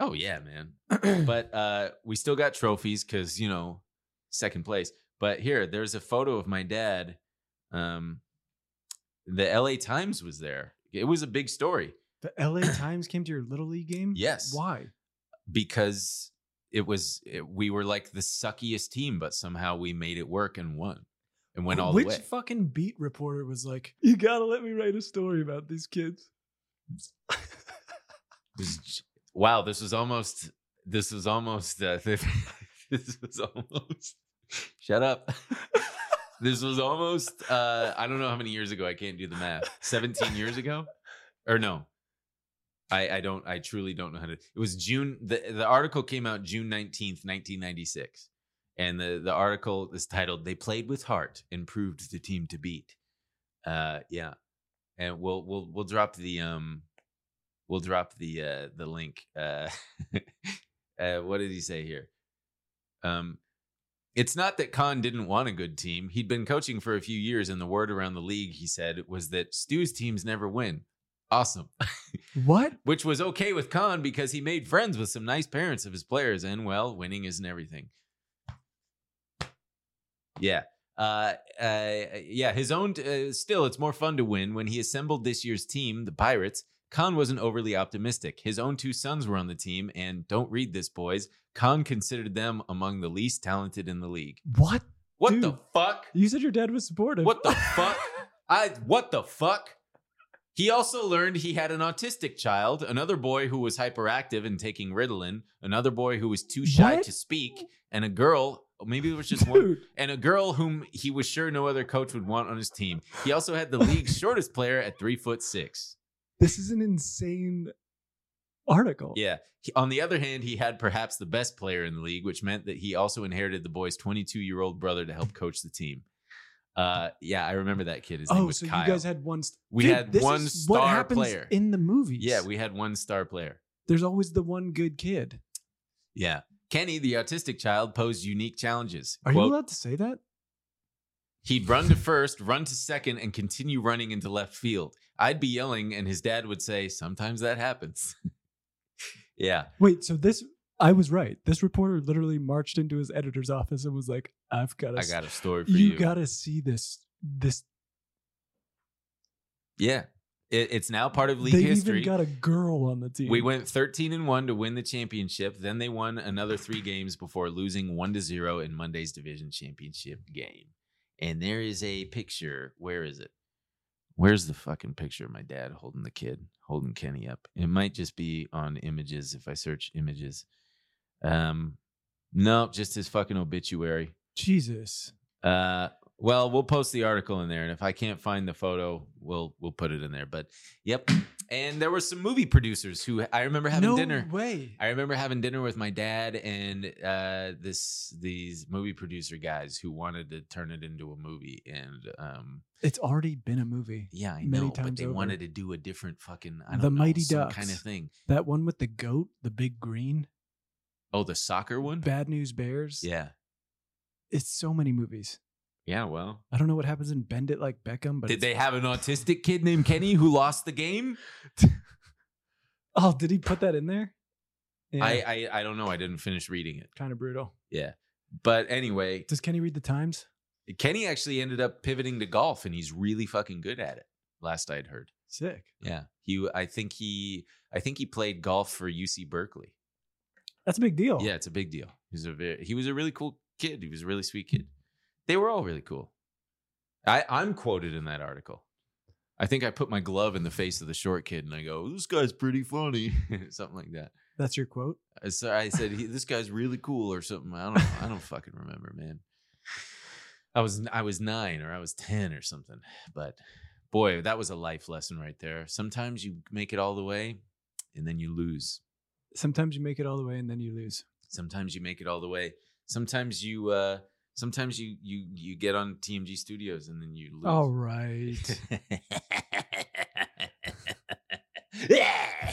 Speaker 1: Oh yeah, man. but uh, we still got trophies because you know second place. But here, there's a photo of my dad. Um, the L.A. Times was there. It was a big story
Speaker 2: The LA Times came to your little league game?
Speaker 1: Yes.
Speaker 2: Why?
Speaker 1: because it was it, we were like the suckiest team, but somehow we made it work and won and went all
Speaker 2: Which
Speaker 1: the way.
Speaker 2: fucking beat reporter was like, You gotta let me write a story about these kids.
Speaker 1: It was- wow, this was almost. This was almost. Uh, this was almost. Shut up. this was almost. Uh, I don't know how many years ago. I can't do the math. Seventeen years ago, or no? I I don't. I truly don't know how to. It was June. the The article came out June nineteenth, nineteen ninety six, and the the article is titled "They Played with Heart and Proved the Team to Beat." Uh, yeah, and we'll we'll we'll drop the um we'll drop the uh the link uh, uh what did he say here um it's not that Khan didn't want a good team. He'd been coaching for a few years, and the word around the league, he said, was that Stu's teams never win. Awesome.
Speaker 2: What?
Speaker 1: Which was okay with Khan because he made friends with some nice parents of his players, and well, winning isn't everything. Yeah. Uh, uh, yeah, his own. Uh, still, it's more fun to win. When he assembled this year's team, the Pirates, Khan wasn't overly optimistic. His own two sons were on the team, and don't read this, boys. Khan considered them among the least talented in the league.
Speaker 2: What?
Speaker 1: What
Speaker 2: Dude.
Speaker 1: the fuck?
Speaker 2: You said your dad was supportive.
Speaker 1: What the fuck? I what the fuck? He also learned he had an autistic child, another boy who was hyperactive and taking Ritalin, another boy who was too shy
Speaker 2: What?
Speaker 1: to speak, and a girl, or maybe it was just one,
Speaker 2: Dude,
Speaker 1: and a girl whom he was sure no other coach would want on his team. He also had the league's shortest player at three foot six.
Speaker 2: this is an insane article.
Speaker 1: Yeah. He, on the other hand, he had perhaps the best player in the league, which meant that he also inherited the boy's 22 year old brother to help coach the team. Uh, yeah, I remember that kid. His name
Speaker 2: Oh,
Speaker 1: was
Speaker 2: so
Speaker 1: Kyle.
Speaker 2: you guys had one. St-
Speaker 1: We
Speaker 2: Dude,
Speaker 1: had
Speaker 2: this
Speaker 1: one
Speaker 2: is
Speaker 1: star
Speaker 2: what happens
Speaker 1: player.
Speaker 2: in the movies.
Speaker 1: yeah, we had one star player.
Speaker 2: there's always the one good kid.
Speaker 1: Yeah. Kenny, the autistic child, posed unique challenges.
Speaker 2: Are
Speaker 1: Quote,
Speaker 2: you allowed to say that?
Speaker 1: He'd run to first, run to second, and continue running into left field. I'd be yelling, and his dad would say, Sometimes that happens. yeah.
Speaker 2: Wait, so this I was right. This reporter literally marched into his editor's office and was like, "I've got
Speaker 1: I
Speaker 2: to,
Speaker 1: got a story for
Speaker 2: you,
Speaker 1: you.
Speaker 2: got to see this. This
Speaker 1: yeah. It, it's now part of league
Speaker 2: they
Speaker 1: history.
Speaker 2: even got a girl on the team.
Speaker 1: We went 13 and 1 to win the championship. Then they won another 3 games before losing 1 to 0 in Monday's division championship game. And there is a picture, where is it? Where's the fucking picture of my dad holding the kid, holding Kenny up? It might just be on images if I search images. Um no, just his fucking obituary.
Speaker 2: Jesus.
Speaker 1: Uh, well, we'll post the article in there, and if I can't find the photo, we'll we'll put it in there. But yep, and there were some movie producers who I remember having
Speaker 2: no
Speaker 1: dinner.
Speaker 2: way.
Speaker 1: I remember having dinner with my dad and uh, this these movie producer guys who wanted to turn it into a movie, and um,
Speaker 2: it's already been a movie.
Speaker 1: yeah, I
Speaker 2: Many
Speaker 1: know, but
Speaker 2: times
Speaker 1: they
Speaker 2: over.
Speaker 1: wanted to do a different fucking I don't
Speaker 2: The
Speaker 1: know,
Speaker 2: Mighty
Speaker 1: some
Speaker 2: Ducks.
Speaker 1: kind of thing.
Speaker 2: That one with the goat, the big green.
Speaker 1: Oh, the soccer one?
Speaker 2: Bad News Bears.
Speaker 1: Yeah.
Speaker 2: It's so many movies.
Speaker 1: Yeah, well.
Speaker 2: I don't know what happens in Bend It Like Beckham, but
Speaker 1: Did
Speaker 2: it's-
Speaker 1: they have an autistic kid named Kenny who lost the game?
Speaker 2: oh, did he put that in there? Yeah,
Speaker 1: I, I I don't know. I didn't finish reading it.
Speaker 2: kind of brutal.
Speaker 1: But anyway,
Speaker 2: Does Kenny read the Times?
Speaker 1: Kenny actually ended up pivoting to golf and he's really fucking good at it. Last I'd heard.
Speaker 2: Sick.
Speaker 1: Yeah. He I think he I think he played golf for UC Berkeley.
Speaker 2: That's a big deal.
Speaker 1: Yeah, it's a big deal. He's a very, he was a really cool kid. He was a really sweet kid. They were all really cool. I I'm quoted in that article. I think I put my glove in the face of the short kid and I go, "This guy's pretty funny." something like that.
Speaker 2: That's your quote.
Speaker 1: I s- I said, he, "This guy's really cool" or something. I don't know. I don't fucking remember, man. I was I was 9 or I was 10 or something. But boy, that was a life lesson right there. Sometimes you make it all the way and then you lose.
Speaker 2: Sometimes you make it all the way and then you lose.
Speaker 1: sometimes you make it all the way sometimes you uh sometimes you you you get on tmg studios and then you lose
Speaker 2: All Oh, right.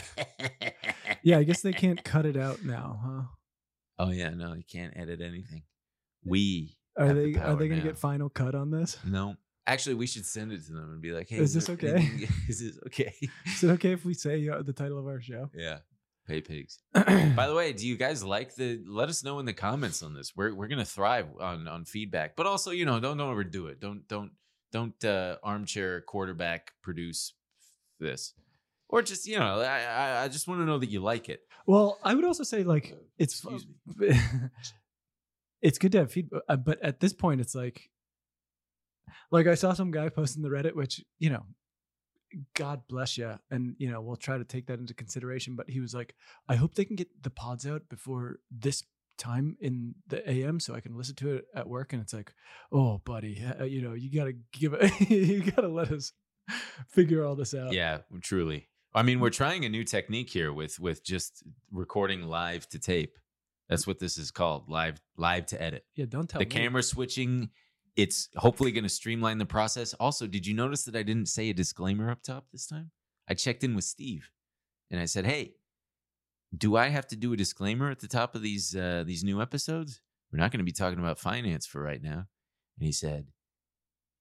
Speaker 2: yeah, I guess they can't cut it out now,
Speaker 1: oh yeah no you can't edit anything we
Speaker 2: huh? Are
Speaker 1: Have the
Speaker 2: they are
Speaker 1: power
Speaker 2: they going
Speaker 1: now.
Speaker 2: to get final cut on this?
Speaker 1: no actually we should send it to them and be like hey
Speaker 2: Is this
Speaker 1: there
Speaker 2: okay?
Speaker 1: anything- is this okay
Speaker 2: Is it okay if we say uh, the title of our show?
Speaker 1: yeah pay pigs By the way, do you guys like the? Let us know in the comments on this. We're we're gonna thrive on on feedback, but also you know don't don't overdo it. Don't don't don't uh, armchair quarterback produce this, or just you know I I, I just want to know that you like it.
Speaker 2: well, I would also say like it's
Speaker 1: Excuse
Speaker 2: it's good to have feedback, uh, but at this point, it's like like I saw some guy post in the Reddit, which you know, God bless you, and you know we'll try to take that into consideration. But he was like, I hope they can get the pods out before this time in the AM so I can listen to it at work. And it's like, oh, buddy, uh, you know, you gotta give it, you gotta let us figure all this out.
Speaker 1: yeah, truly. I mean, we're trying a new technique here with with just recording live to tape. That's what this is called live live to edit.
Speaker 2: yeah. Don't tell
Speaker 1: the
Speaker 2: me.
Speaker 1: camera switching. It's hopefully going to streamline the process. Also, did you notice that I didn't say a disclaimer up top this time? I checked in with Steve, and I said, "Hey, do I have to do a disclaimer at the top of these uh, these new episodes? We're not going to be talking about finance for right now." And he said,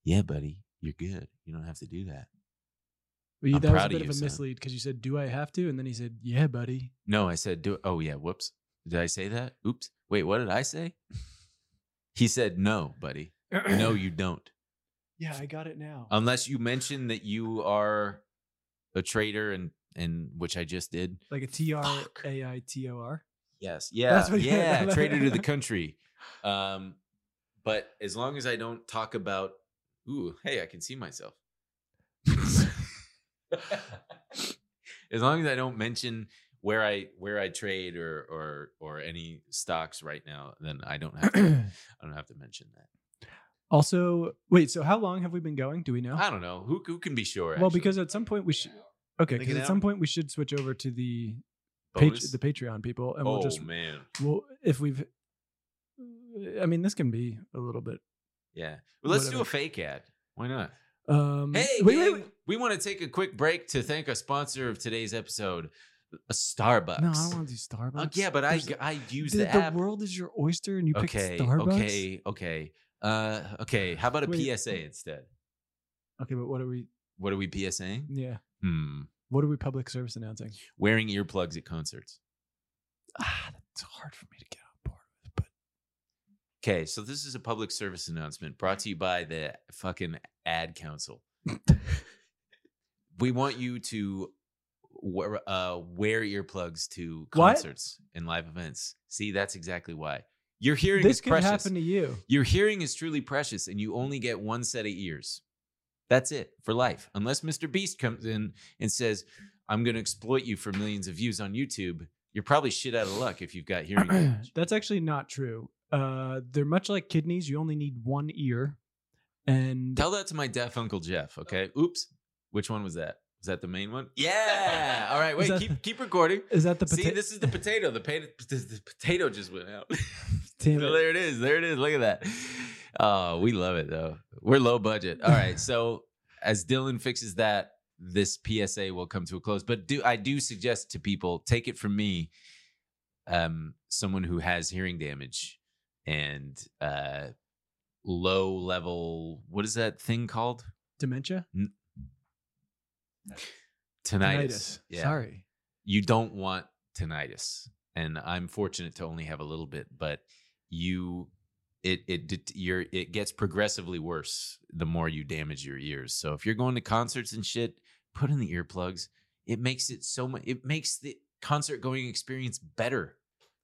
Speaker 1: "Yeah, buddy, you're good. You don't have to do that."
Speaker 2: Well, you-
Speaker 1: I'm
Speaker 2: that was
Speaker 1: proud
Speaker 2: a
Speaker 1: of
Speaker 2: bit
Speaker 1: you,
Speaker 2: of a
Speaker 1: son.
Speaker 2: mislead because you said, "Do I have to?" And then he said, "Yeah, buddy."
Speaker 1: No, I said, "Do." Oh yeah, whoops. Did I say that? Oops. Wait, what did I say? he said, "No, buddy. No, you Um, don't."
Speaker 2: Yeah, I got it now.
Speaker 1: unless you mention that you are a traitor and and which I just did.
Speaker 2: like a T R A I T O R.
Speaker 1: Yes. Yeah.
Speaker 2: That's what-
Speaker 1: yeah. traitor to the country. Um, but as long as I don't talk about, ooh, hey, I can see myself. as long as I don't mention where I where I trade or or or any stocks right now, then I don't have to, I don't have to mention that.
Speaker 2: Also, wait. So, how long have we been going? Do we know?
Speaker 1: I don't know who who can be sure.
Speaker 2: well,
Speaker 1: actually?
Speaker 2: because at some point we should.
Speaker 1: Think
Speaker 2: Okay,
Speaker 1: it
Speaker 2: because at
Speaker 1: out.
Speaker 2: some point we should switch over to the pat-
Speaker 1: Bonus?
Speaker 2: the Patreon people, and
Speaker 1: oh
Speaker 2: we'll just
Speaker 1: man,
Speaker 2: we'll if we've. I mean, this can be a little bit.
Speaker 1: Yeah. Well, let's do a
Speaker 2: Whatever.
Speaker 1: fake ad. Why not?
Speaker 2: Um,
Speaker 1: Hey,
Speaker 2: wait, wait,
Speaker 1: gang,
Speaker 2: wait.
Speaker 1: we want to take a quick break to thank a sponsor of today's episode, a Starbucks.
Speaker 2: No, I don't want to do Starbucks.
Speaker 1: Oh, yeah, but I,
Speaker 2: There's-
Speaker 1: I use
Speaker 2: the,
Speaker 1: the,
Speaker 2: the
Speaker 1: app.
Speaker 2: world is your oyster, and you pick
Speaker 1: okay,
Speaker 2: Starbucks.
Speaker 1: okay, okay. Uh, okay. How about a
Speaker 2: Wait.
Speaker 1: PSA instead?
Speaker 2: Okay, but what are we?
Speaker 1: What are we PSAing?
Speaker 2: Yeah,
Speaker 1: Hmm.
Speaker 2: what are we public service announcing?
Speaker 1: Wearing earplugs at concerts.
Speaker 2: ah, that's hard for me to get on board with. But
Speaker 1: Okay, so this is a public service announcement brought to you by the fucking ad council. we want you to wear, uh, wear earplugs to
Speaker 2: What?
Speaker 1: concerts and live events. See, that's exactly why. Your hearing
Speaker 2: this
Speaker 1: is
Speaker 2: could
Speaker 1: precious.
Speaker 2: happen e to you.
Speaker 1: Your hearing is truly precious, and you only get one set of ears. That's it for life. Unless Mr. Beast comes in and says, I'm going to exploit you for millions of views on YouTube, you're probably shit out of luck if you've got hearing damage.
Speaker 2: That's actually not true. Uh, they're much like kidneys. You only need one ear, and Oh.
Speaker 1: Tell that to my deaf uncle Jeff. Okay. Oops. Which one was that? Was that the main one? Yeah. All right.
Speaker 2: Was
Speaker 1: Wait.
Speaker 2: that-
Speaker 1: keep keep recording.
Speaker 2: is that the
Speaker 1: See,
Speaker 2: potato?
Speaker 1: this is the potato. The, pota- the potato just went out.
Speaker 2: Damn
Speaker 1: So
Speaker 2: it.
Speaker 1: there it is. There it is. Look at that. Oh, we love it though. We're low budget. All right. So as Dylan fixes that, this PSA will come to a close. But do I do suggest to people take it from me? um, someone who has hearing damage and uh, low level. What is that thing called?
Speaker 2: Dementia?
Speaker 1: Tinnitus.
Speaker 2: Tinnitus.
Speaker 1: Yeah.
Speaker 2: Sorry.
Speaker 1: you don't want tinnitus and i'm fortunate to only have a little bit but you it it det- your it gets progressively worse the more you damage your ears so if you're going to concerts and shit put in the earplugs it makes it so much it makes the concert going experience better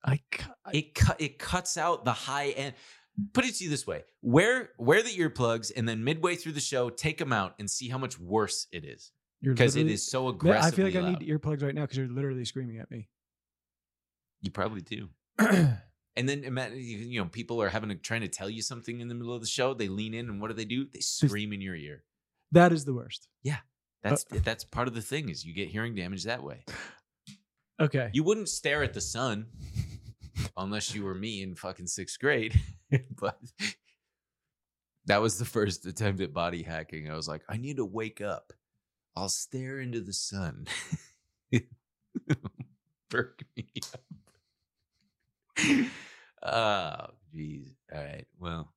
Speaker 2: I, ca- I
Speaker 1: it cu- it cuts out the high end put it to you this way wear wear the earplugs and then midway through the show take them out and see how much worse it is
Speaker 2: you're
Speaker 1: because it
Speaker 2: literally-
Speaker 1: is so
Speaker 2: Man, I
Speaker 1: aggressive
Speaker 2: feel like I need earplugs right now because you're literally screaming at me.
Speaker 1: you probably do And then imagine you you know people are having to trying to tell you something in the middle of the show. They lean in, and what do they do? They scream in your ear.
Speaker 2: that is the worst.
Speaker 1: That's that's part of the thing is you get hearing damage that way.
Speaker 2: Okay.
Speaker 1: You wouldn't stare at the sun unless you were me in fucking sixth grade. but that was the first attempt at body hacking. I was like, I need to wake up. I'll stare into the sun. Perk me up. Oh, jeez. All right. Well.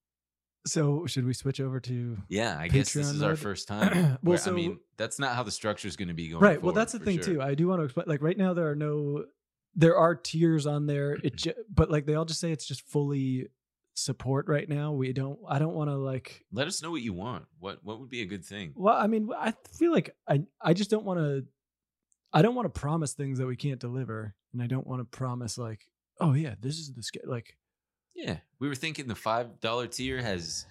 Speaker 2: so should we switch over to
Speaker 1: Yeah, I guess this
Speaker 2: Patreon
Speaker 1: is our
Speaker 2: mode.
Speaker 1: first time.
Speaker 2: Well,
Speaker 1: well,
Speaker 2: so-
Speaker 1: I mean, that's not how the structure is going to be going.
Speaker 2: right? Well, that's the
Speaker 1: forward,
Speaker 2: thing
Speaker 1: for
Speaker 2: too.
Speaker 1: sure.
Speaker 2: I do want to explain. Like right now, there are no, there are tiers on there. It, ju- but like they all just say it's just fully support right now. We don't. I don't want to like.
Speaker 1: Let us know what you want. What what would be a good thing?
Speaker 2: Well, I mean, I feel like I. I just don't want to. I don't want to promise things that we can't deliver, and I don't want to promise like, oh yeah, this is the sch-. like
Speaker 1: Yeah, we were thinking the five dollar tier has.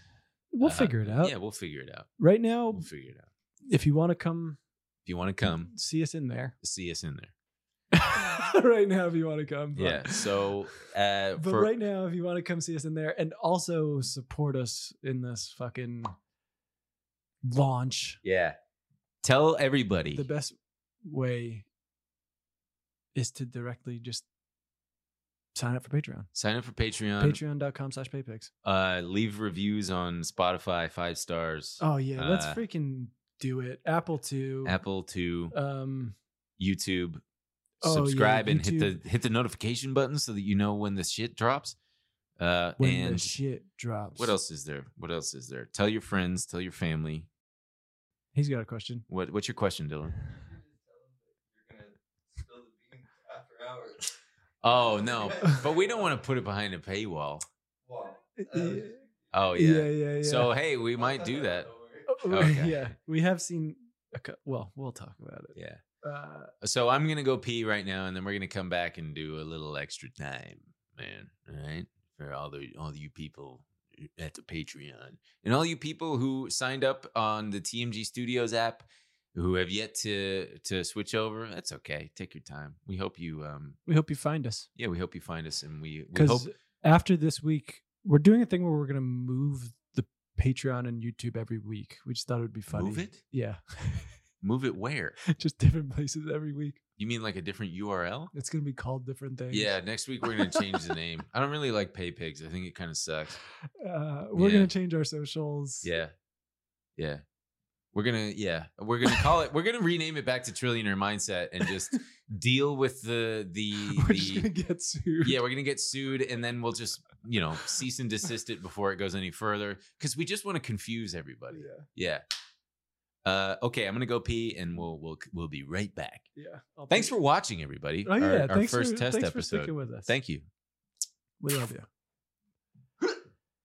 Speaker 2: we'll
Speaker 1: uh,
Speaker 2: figure it out.
Speaker 1: Yeah, we'll figure it out.
Speaker 2: Right
Speaker 1: We'll
Speaker 2: now,
Speaker 1: figure it out.
Speaker 2: if you want to come
Speaker 1: If you want to come,
Speaker 2: see us in there.
Speaker 1: see us in there.
Speaker 2: right now, if you want to come. but-
Speaker 1: Yeah. So, uh,
Speaker 2: But
Speaker 1: for
Speaker 2: right now, if you want to come see us in there and also support us in this fucking launch,
Speaker 1: yeah, tell everybody.
Speaker 2: the best way is to directly just sign up for Patreon.
Speaker 1: Sign up for Patreon.
Speaker 2: Patreon.com slash paypix.
Speaker 1: Uh, leave reviews on Spotify, five stars.
Speaker 2: Oh yeah, let's
Speaker 1: Uh,
Speaker 2: freaking do it. Apple too.
Speaker 1: Apple to
Speaker 2: Um
Speaker 1: YouTube.
Speaker 2: Oh, yeah,
Speaker 1: subscribe and hit
Speaker 2: YouTube.
Speaker 1: the hit the notification button so that you know when the shit drops. Uh,
Speaker 2: when the
Speaker 1: and
Speaker 2: shit drops.
Speaker 1: what else is there? What else is there? Tell your friends, tell your family.
Speaker 2: He's got a question.
Speaker 1: What what's your question, Dylan?
Speaker 3: You're gonna spill the beans after hours.
Speaker 1: Oh no, but we don't want to put it behind a paywall.
Speaker 3: Wow.
Speaker 1: Oh yeah.
Speaker 2: yeah, yeah. yeah.
Speaker 1: So hey, we might do that.
Speaker 2: Oh,
Speaker 1: okay.
Speaker 2: yeah, we have seen a cou- well, we'll talk about it.
Speaker 1: Yeah.
Speaker 2: Uh,
Speaker 1: So I'm gonna go pee right now, and then we're gonna come back and do a little extra time, man. All right, for all the all you people at the Patreon and all you people who signed up on the TMG Studios app who have yet to to switch over. That's okay. Take your time. We hope you um
Speaker 2: we hope you find us.
Speaker 1: yeah we hope you find us and we we hope
Speaker 2: because after this week, we're doing a thing where we're gonna move the Patreon and YouTube every week. We just thought it would be funny.
Speaker 1: move it
Speaker 2: Yeah,
Speaker 1: move it where
Speaker 2: just different places every week.
Speaker 1: you mean like a different URL.
Speaker 2: It's gonna be called different things.
Speaker 1: Yeah, next week we're gonna change the name. I don't really like pay pigs. I think it kind of sucks.
Speaker 2: uh, we're
Speaker 1: Yeah.
Speaker 2: gonna change our socials.
Speaker 1: Yeah. Yeah. We're gonna yeah. We're gonna call it we're gonna rename it back to Trillionaire Mindset and just deal with the the,
Speaker 2: we're just gonna
Speaker 1: the
Speaker 2: get sued.
Speaker 1: Yeah, we're gonna get sued and then we'll just, you know, cease and desist it before it goes any further. Cause we just wanna confuse everybody.
Speaker 2: yeah,
Speaker 1: Yeah. Uh okay, I'm gonna go pee and we'll we'll we'll be right back.
Speaker 2: yeah. I'll
Speaker 1: Thanks
Speaker 2: put-
Speaker 1: for watching everybody.
Speaker 2: Oh yeah,
Speaker 1: our, our
Speaker 2: thanks
Speaker 1: first
Speaker 2: for,
Speaker 1: test
Speaker 2: thanks for
Speaker 1: episode.
Speaker 2: sticking with us.
Speaker 1: Thank you.
Speaker 2: we love you.